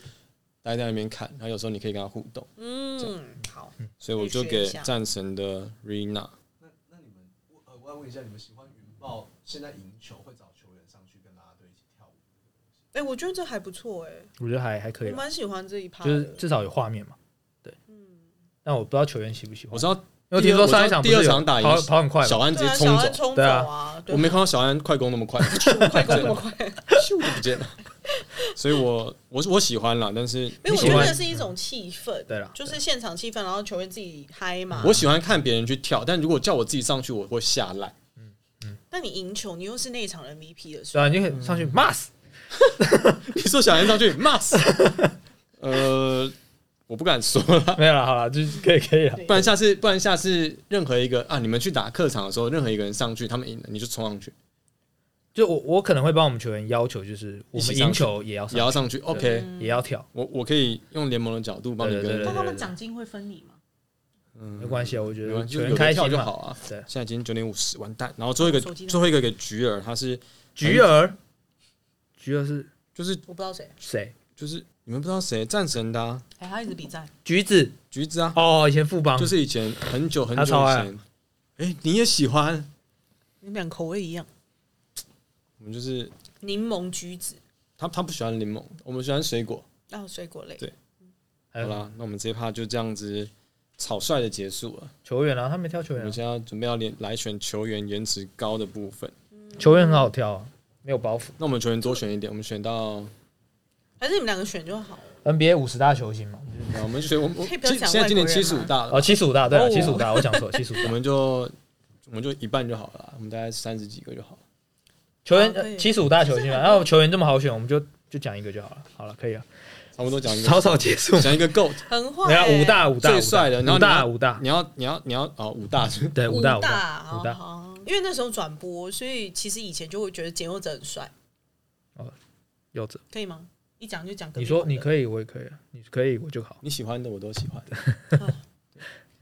Speaker 2: 待在那边看，然后有时候你可以跟他互动，
Speaker 1: 嗯好，
Speaker 2: 所以我就
Speaker 1: 可以
Speaker 2: 给
Speaker 1: 学一下
Speaker 2: 战神的 Rina，
Speaker 4: 那那你们，我呃，我要问一下，你们喜欢云豹现在赢球会找球员上去跟啦啦队一起跳舞？
Speaker 1: 哎、我觉得这还不错哎、
Speaker 3: 我觉得还还
Speaker 2: 啊
Speaker 3: 可以
Speaker 1: 我
Speaker 3: 啦，嗯
Speaker 1: 蛮喜欢这一趴
Speaker 3: 就
Speaker 1: 的。
Speaker 3: 是至少有画面嘛。对，但我不知道球员喜不喜欢。
Speaker 2: 我知道
Speaker 3: 因为听说上一场不是有
Speaker 2: 第二场打赢
Speaker 3: 跑跑很快嘛，
Speaker 2: 小安直
Speaker 1: 对
Speaker 2: 接
Speaker 1: 啊，
Speaker 2: 冲
Speaker 1: 小安
Speaker 2: 走，
Speaker 1: 冲走
Speaker 3: 对
Speaker 1: 啊，对
Speaker 2: 我没看到小安快攻那么快，
Speaker 1: 快攻那么快，
Speaker 2: 咻就不见了。所以我我是我喜欢啦，但是
Speaker 1: 没有，
Speaker 3: 你
Speaker 1: 我
Speaker 3: 喜
Speaker 1: 觉
Speaker 3: 欢
Speaker 1: 得是一种气氛，
Speaker 3: 对啦
Speaker 1: 就是现场气氛，然后球员自己嗨嘛。
Speaker 2: 我喜欢看别人去跳，但如果叫我自己上去，我会下来。
Speaker 1: 那你赢球，你又是那一场 MVP 的时
Speaker 3: 对
Speaker 1: 候，
Speaker 3: 啊，你就可以上去骂 死。
Speaker 2: 你说小人上去骂死，呃，我不敢说了。
Speaker 3: 没有了，好了，就是可以可以了。
Speaker 2: 不然下次，不然下次任何一个啊，你们去打客场的时候，任何一个人上去，他们赢了，你就冲上去，
Speaker 3: 就我我可能会帮我们球员要求，就是我们赢球也要
Speaker 2: 也
Speaker 3: 上
Speaker 2: 要上去。OK，
Speaker 3: 也要跳，
Speaker 2: 我我可以用联盟的角度帮你
Speaker 3: 对对
Speaker 2: 跟
Speaker 3: 对
Speaker 1: 那
Speaker 3: 对
Speaker 1: 他们奖金会分你吗？
Speaker 3: 没关系啊，我觉
Speaker 2: 没
Speaker 3: 得
Speaker 2: 关系，
Speaker 3: 球
Speaker 2: 就
Speaker 3: 员
Speaker 2: 有的
Speaker 3: 开
Speaker 2: 跳
Speaker 3: 心
Speaker 2: 就
Speaker 3: 嘛。
Speaker 2: 好啊。
Speaker 3: 对
Speaker 2: 现在已经九点五十，完蛋。然后最后一
Speaker 1: 手机
Speaker 2: 个
Speaker 1: 呢
Speaker 2: 最后一个给菊儿，他是
Speaker 3: 菊儿，菊儿是
Speaker 2: 就是
Speaker 1: 我不知道谁，
Speaker 3: 谁？
Speaker 2: 就是你们不知道谁战神的啊
Speaker 1: 哎，他一直比赛，
Speaker 3: 橘子
Speaker 2: 橘子啊，
Speaker 3: 哦，以前富邦
Speaker 2: 就是以前很久很久
Speaker 3: 他
Speaker 2: 以
Speaker 3: 超爱
Speaker 2: 前，哎，你也喜欢？
Speaker 1: 你们俩口味一样，
Speaker 2: 我们就是
Speaker 1: 柠檬橘子，
Speaker 2: 他他不喜欢柠檬，我们喜欢水果。
Speaker 1: 然后哦水果类
Speaker 2: 对。
Speaker 3: 还
Speaker 2: 好
Speaker 3: 有
Speaker 2: 啦，那我们这一趴就这样子草率的结束了。
Speaker 3: 球员啊，他没挑球
Speaker 2: 我
Speaker 3: 员啊
Speaker 2: 们，现在准备要连来选球员颜值高的部分。
Speaker 3: 球员很好挑啊，没有包袱。
Speaker 2: 那我们球员多选一点，我们选到，
Speaker 1: 还是你们两个选就好了。
Speaker 3: NBA 五十大球星嘛，
Speaker 2: 啊我们就选我们我
Speaker 1: 可以不要
Speaker 2: 现
Speaker 1: 讲
Speaker 2: 现在今年
Speaker 1: 外国人吗
Speaker 2: 七十五大
Speaker 3: 哦，
Speaker 2: 了，
Speaker 3: 七十五大，对啊，
Speaker 1: 哦
Speaker 3: 七十五大，我讲错，七十五
Speaker 2: 我
Speaker 3: 大。
Speaker 2: 们就我们就一半就好了啦，我们大概三十几个就好了。
Speaker 3: 球
Speaker 1: 哦可以
Speaker 3: 员七十五大球星
Speaker 1: 其实
Speaker 3: 嘛，
Speaker 1: 很
Speaker 3: 然后球员这么好选，我们就就讲一个就好了，好了，可以了，
Speaker 2: 差不多讲一个，
Speaker 3: 草草结束。
Speaker 2: 讲一个 GOAT
Speaker 1: 很坏、
Speaker 3: 没有啊
Speaker 1: 欸，
Speaker 3: 五大五大
Speaker 2: 最帅的，然后
Speaker 3: 五
Speaker 2: 你要
Speaker 3: 大五大，
Speaker 2: 你要你要你要哦五大，
Speaker 3: 对
Speaker 1: 五
Speaker 3: 五
Speaker 1: 大
Speaker 3: 大五大
Speaker 1: 好
Speaker 3: 五大
Speaker 1: 好因为那时候转播，所以其实以前就会觉得简佑哲很帅，
Speaker 3: 柚子，
Speaker 1: 可以吗？一讲就讲隔壁
Speaker 3: 你
Speaker 1: 好的。
Speaker 3: 说你可以，我也可以，啊你可以我就好。
Speaker 2: 你喜欢的我都喜欢。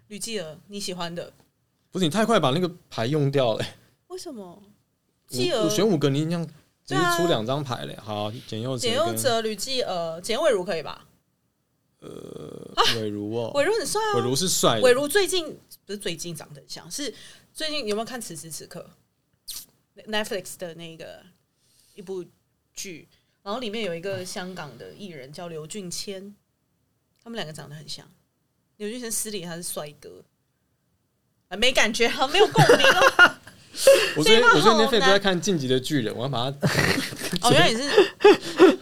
Speaker 1: 吕继儿你喜欢的，
Speaker 2: 不是你太快把那个牌用掉了、
Speaker 1: 为什么？继
Speaker 2: 我我
Speaker 1: 儿、
Speaker 2: 选五个，你这样直
Speaker 1: 对
Speaker 2: 接
Speaker 1: 啊
Speaker 2: 出两张牌嘞、好，简佑哲
Speaker 1: 简佑
Speaker 2: 跟
Speaker 1: 哲、吕继儿、简伟如可以吧？
Speaker 2: 伟如 哦，
Speaker 1: 伟如很帅啊，
Speaker 2: 伟如是帅
Speaker 1: 伟
Speaker 2: 的，
Speaker 1: 如最近不是最近长得很像，是最近有没有看《此时此刻》Netflix 的那个一部剧，然后里面有一个香港的艺人叫刘俊谦，他们两个长得很像。刘俊谦私底下是帅哥，啊，没感觉，好没有共鸣 哦。
Speaker 2: 我最
Speaker 1: 这
Speaker 2: 近
Speaker 1: 一趴
Speaker 2: 我最近
Speaker 1: 好
Speaker 2: 那费
Speaker 1: 难
Speaker 2: 不在看《晋级的巨人》，我要把它
Speaker 1: 哦，原来你是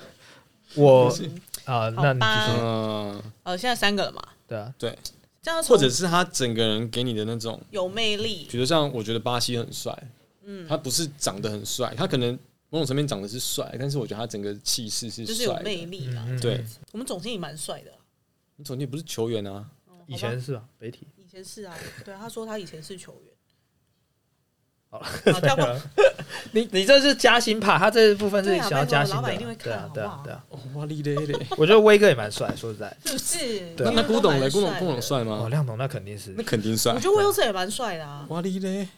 Speaker 3: 我
Speaker 1: 嗯
Speaker 3: 啊，那
Speaker 1: 好
Speaker 3: 你
Speaker 1: 吧
Speaker 3: 继续
Speaker 2: 嗯，
Speaker 1: 哦，现在三个了嘛？
Speaker 3: 对啊，
Speaker 2: 对，
Speaker 1: 这样从
Speaker 2: 或者是他整个人给你的那种，
Speaker 1: 有魅力，
Speaker 2: 比如像我觉得巴西很帅，嗯，他不是长得很帅，他可能某种层面长得是帅，但是我觉得他整个气势是
Speaker 1: 就是有
Speaker 2: 帅
Speaker 1: 魅
Speaker 2: 的。
Speaker 1: 力啦。
Speaker 3: 嗯嗯
Speaker 2: 对，
Speaker 1: 我们总经理蛮帅的，
Speaker 2: 你总经理不是球员啊，
Speaker 1: 哦
Speaker 3: 以
Speaker 1: 好吧
Speaker 3: 前是啊，北体
Speaker 1: 以前是啊，对，他说他以前是球员。
Speaker 3: 好了
Speaker 1: 好，跳过。
Speaker 3: 你你这是加薪怕，他这一部分是
Speaker 1: 对啊
Speaker 3: 想要加薪
Speaker 1: 拜托老板
Speaker 3: 的，
Speaker 1: 一定会看
Speaker 3: 对啊对
Speaker 1: 好不
Speaker 3: 啊
Speaker 1: 好
Speaker 3: 对啊，
Speaker 2: 哦哇哩嘞 嘞。
Speaker 3: 我觉得威哥也蛮帅，说实在，
Speaker 1: 是不是？
Speaker 3: 对
Speaker 2: 那
Speaker 3: 啊
Speaker 2: 那古董嘞，
Speaker 1: 嘞，
Speaker 2: 古董古董帅
Speaker 3: 哦，
Speaker 2: 吗？
Speaker 3: 亮董那肯定是
Speaker 2: 那肯定帅哦
Speaker 1: 我。觉得魏佑胜也蛮帅的啊。
Speaker 2: 哇哩嘞，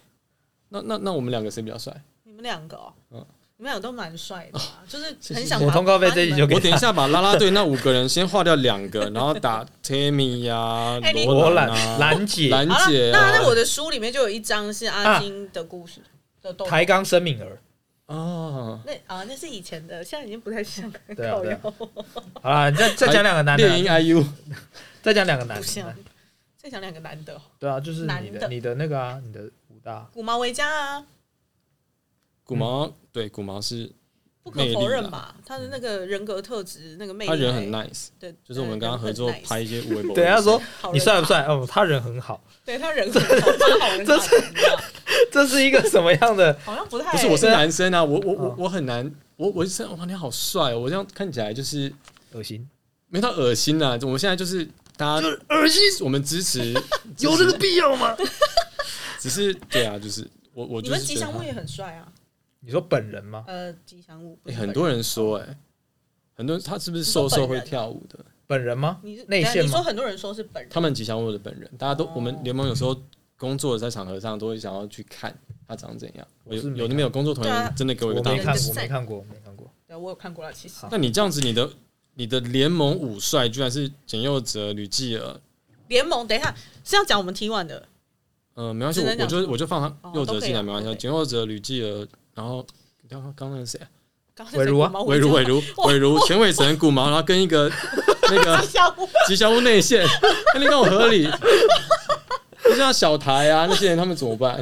Speaker 2: 那那那我们两个谁比较帅？
Speaker 1: 你们两个哦，
Speaker 2: 嗯哦
Speaker 1: 你们两个都蛮帅的啊，就是
Speaker 2: 谢谢
Speaker 1: 很想
Speaker 3: 我
Speaker 1: 把
Speaker 3: 通告费
Speaker 1: 把
Speaker 3: 这一
Speaker 1: 你们
Speaker 3: 集就给
Speaker 2: 我等一下把啦啦队那五个人先划掉两个，然后打 Tammy 呀、
Speaker 1: 哎你
Speaker 2: 罗
Speaker 3: 兰
Speaker 2: 兰 啊、
Speaker 3: 兰 姐
Speaker 2: 兰
Speaker 1: 好了
Speaker 2: 姐。
Speaker 1: 那
Speaker 2: 啊
Speaker 1: 那我的书里面就有一章是阿金的故事的豆。
Speaker 3: 抬杠申敏儿。
Speaker 2: 啊，
Speaker 1: 那啊，那是以前的，现在已经不太像
Speaker 3: 对啊
Speaker 1: 靠
Speaker 3: 对啊
Speaker 1: 腰，
Speaker 3: 好啦，你再再 讲两个男
Speaker 2: 猎鹰
Speaker 3: 的，啊
Speaker 2: IU
Speaker 3: 再讲两个男
Speaker 1: 不像
Speaker 3: 的，。啊
Speaker 1: 再讲两个男的哦，
Speaker 3: 对啊，就是你
Speaker 1: 男的
Speaker 3: 的你的那个啊，你的武大
Speaker 1: 古毛维嘉啊，
Speaker 2: 古毛，对古毛是
Speaker 1: 不可
Speaker 2: 魅力
Speaker 1: 否认
Speaker 2: 啦
Speaker 1: 吧，他的那个人格特质，那个魅力，
Speaker 2: 他人很 nice，
Speaker 1: 对，
Speaker 2: 就是我们跟他合作
Speaker 1: 人很 nice
Speaker 2: 拍一些微 博。
Speaker 3: 对他说
Speaker 1: 好人
Speaker 3: 你帅不
Speaker 1: 卡
Speaker 3: 帅？哦，他人很好，
Speaker 1: 对他人很好，他好人
Speaker 3: 这
Speaker 1: 卡人啊
Speaker 3: 这是一个什么样的？
Speaker 1: 好像不太
Speaker 2: 不是我是
Speaker 3: 对啊
Speaker 2: 男生啊，我我我
Speaker 3: 嗯
Speaker 2: 我很难，我我是哇你好帅，哦，我这样看起来就是
Speaker 3: 恶心，
Speaker 2: 没到恶心啊。我们现在就是大家
Speaker 3: 恶心，
Speaker 2: 我们支持，
Speaker 3: 有这个必要吗？
Speaker 2: 只是对啊，就是我我
Speaker 1: 你
Speaker 2: 就
Speaker 1: 们
Speaker 2: 是
Speaker 1: 吉
Speaker 2: 觉得
Speaker 1: 祥
Speaker 2: 他
Speaker 1: 物也很帅啊，
Speaker 3: 你说本人吗？
Speaker 1: 呃，吉祥物不
Speaker 2: 欸
Speaker 1: 是
Speaker 2: 很
Speaker 1: 本
Speaker 2: 多人说哎、很多人他是不是
Speaker 1: 你说
Speaker 2: 瘦瘦
Speaker 1: 本
Speaker 2: 会
Speaker 1: 人
Speaker 2: 跳舞的？
Speaker 3: 本人吗？
Speaker 1: 你是等
Speaker 3: 内
Speaker 1: 一下
Speaker 3: 线
Speaker 1: 你说
Speaker 3: 吗？
Speaker 1: 很多人说是本人，
Speaker 2: 他们吉祥物的本人，大家都、
Speaker 1: 哦
Speaker 2: 我们联盟有时候工作在场合上都会想要去看他长怎样。我
Speaker 3: 我是
Speaker 2: 有
Speaker 3: 没
Speaker 2: 有那边有工作同
Speaker 1: 对啊
Speaker 2: 仁真的给我一个
Speaker 3: 我
Speaker 2: 大
Speaker 3: 没
Speaker 1: 大
Speaker 3: 看
Speaker 1: 拇指
Speaker 3: 过，没看过，没看过。
Speaker 1: 对我有看过了，其实
Speaker 3: 好
Speaker 2: 那你这样子，你的你的联盟五帅居然是简佑哲、吕继尔，
Speaker 1: 联盟等一下是要讲我们 T one 的，
Speaker 2: 嗯，没关系，
Speaker 1: 只
Speaker 2: 我
Speaker 1: 能
Speaker 2: 我
Speaker 1: 讲
Speaker 2: 就我就放他
Speaker 1: 哦
Speaker 2: 佑哲
Speaker 1: 都可以
Speaker 2: 进来，
Speaker 1: 啊
Speaker 2: 没关系。
Speaker 1: 对
Speaker 2: 简佑哲、吕继尔，然后刚刚刚那个谁啊，
Speaker 1: 刚才
Speaker 3: 韦如啊
Speaker 1: 讲毛
Speaker 2: 韦如、
Speaker 1: 哦我
Speaker 2: 韦
Speaker 1: 就
Speaker 2: 如、韦如、全伟神、古毛，然后跟一个那个
Speaker 1: 吉祥 物，
Speaker 2: 吉祥物内线， 那你跟我合理。 就像小台啊那些人，他们怎么办？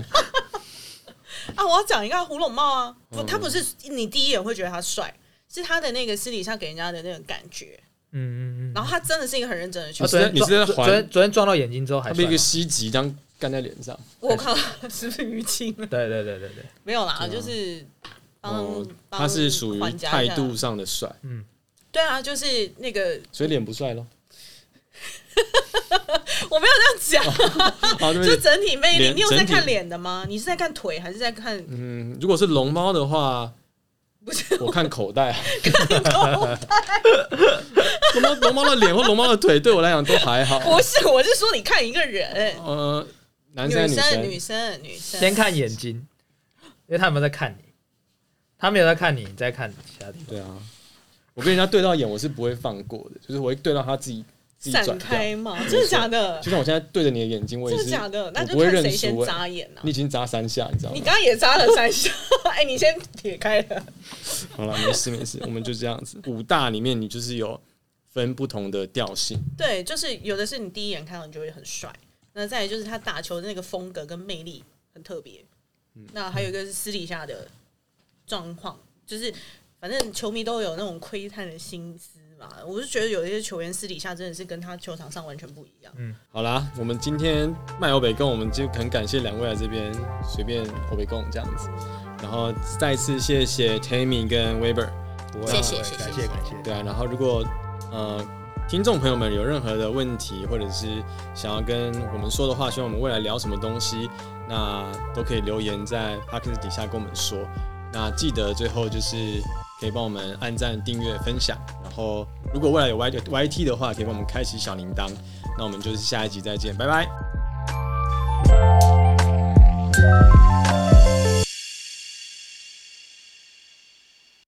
Speaker 1: 啊，我要讲一个胡龙茂啊，不，
Speaker 2: 嗯
Speaker 1: 他不是你第一眼会觉得他帅，是他的那个私底下给人家的那种感觉。
Speaker 3: 嗯嗯嗯。
Speaker 1: 然后他真的是一个很认真的球
Speaker 2: 啊
Speaker 3: 他
Speaker 1: 员，
Speaker 2: 对
Speaker 3: 昨天
Speaker 2: 你是在还
Speaker 3: 昨昨天昨天撞到眼睛之后还
Speaker 2: 他
Speaker 3: 算
Speaker 2: 被一
Speaker 3: 吗
Speaker 2: 个吸脊这样干在脸上，
Speaker 1: 我靠，是不是淤 青了？
Speaker 3: 对对对对对，
Speaker 1: 没有啦，
Speaker 2: 对啊
Speaker 1: 就是帮
Speaker 2: 哦，他是属于态。
Speaker 1: 帮
Speaker 2: 度
Speaker 1: 缓解一下
Speaker 2: 上的帅，
Speaker 1: 对啊，就是那个
Speaker 2: 所以脸 不帅咯。
Speaker 1: 我没有这样讲，
Speaker 2: 啊，对不
Speaker 1: 就
Speaker 2: 起，
Speaker 1: 整体魅力。
Speaker 2: 脸
Speaker 1: 你有在
Speaker 2: 整体
Speaker 1: 看脸的吗？你是在看腿还是在看？
Speaker 2: 嗯，如果是龙猫的话，
Speaker 1: 不是
Speaker 2: 我看口 袋， 龙猫龙猫的脸或龙猫的腿对我来讲都还 好。
Speaker 1: 不是，我是说你看一个人，
Speaker 2: 呃，男生还
Speaker 1: 女
Speaker 2: 是
Speaker 1: 生
Speaker 2: 女
Speaker 1: 女
Speaker 2: 生，
Speaker 1: 生女生，
Speaker 3: 先看眼睛，因为他有没有在看你，他没有在看你，你在看其他地方。
Speaker 2: 对啊，我跟人家对到眼，我是不会放过的，就是我会对到他自己自己
Speaker 1: 散
Speaker 2: 转掉。
Speaker 1: 开嘛，真的假的？
Speaker 2: 就像我现在对着你的眼睛，我也
Speaker 1: 真
Speaker 2: 是
Speaker 1: 的假的？那
Speaker 2: 我
Speaker 1: 就
Speaker 2: 不会
Speaker 1: 看
Speaker 2: 认
Speaker 1: 谁先
Speaker 2: 输、欸
Speaker 1: 眨眼啊
Speaker 2: 你！已经扎三下，你知道
Speaker 1: 你
Speaker 2: 吗？
Speaker 1: 刚刚也眨了三下， 哎，你先撇开了。
Speaker 2: 好了，没事没事，我们就这样子。五大里面，你就是有分不同的调性。
Speaker 1: 对，就是有的是你第一眼看到你就会很帅，那再来就是他打球的那个风格跟魅力很特别。
Speaker 2: 嗯
Speaker 1: 那还有一个是私底下的状况，就是反正球迷都有那种窥探的心思嘛。我是觉得有一些球员私底下真的是跟他球场上完全不一样。
Speaker 2: 好啦，我们今天麦欧北跟我们就很感谢两位来这边随便欧北共这样子，然后再次谢谢 Tammy 跟 Weber，
Speaker 3: 不会
Speaker 5: 谢谢
Speaker 3: 不会
Speaker 5: 谢谢
Speaker 3: 感
Speaker 5: 谢
Speaker 3: 谢
Speaker 5: 谢
Speaker 3: 感谢。
Speaker 2: 对啊，然后如果呃听众朋友们有任何的问题或者是想要跟我们说的话，希望我们未来聊什么东西，那都可以留言在 p a c k e 底下跟我们说。那记得最后就是可以帮我们按赞、订阅、分享，然后如果未来有 Y Y T 的话，可以帮我们开启小铃铛。那我们就是下一集再见，拜拜。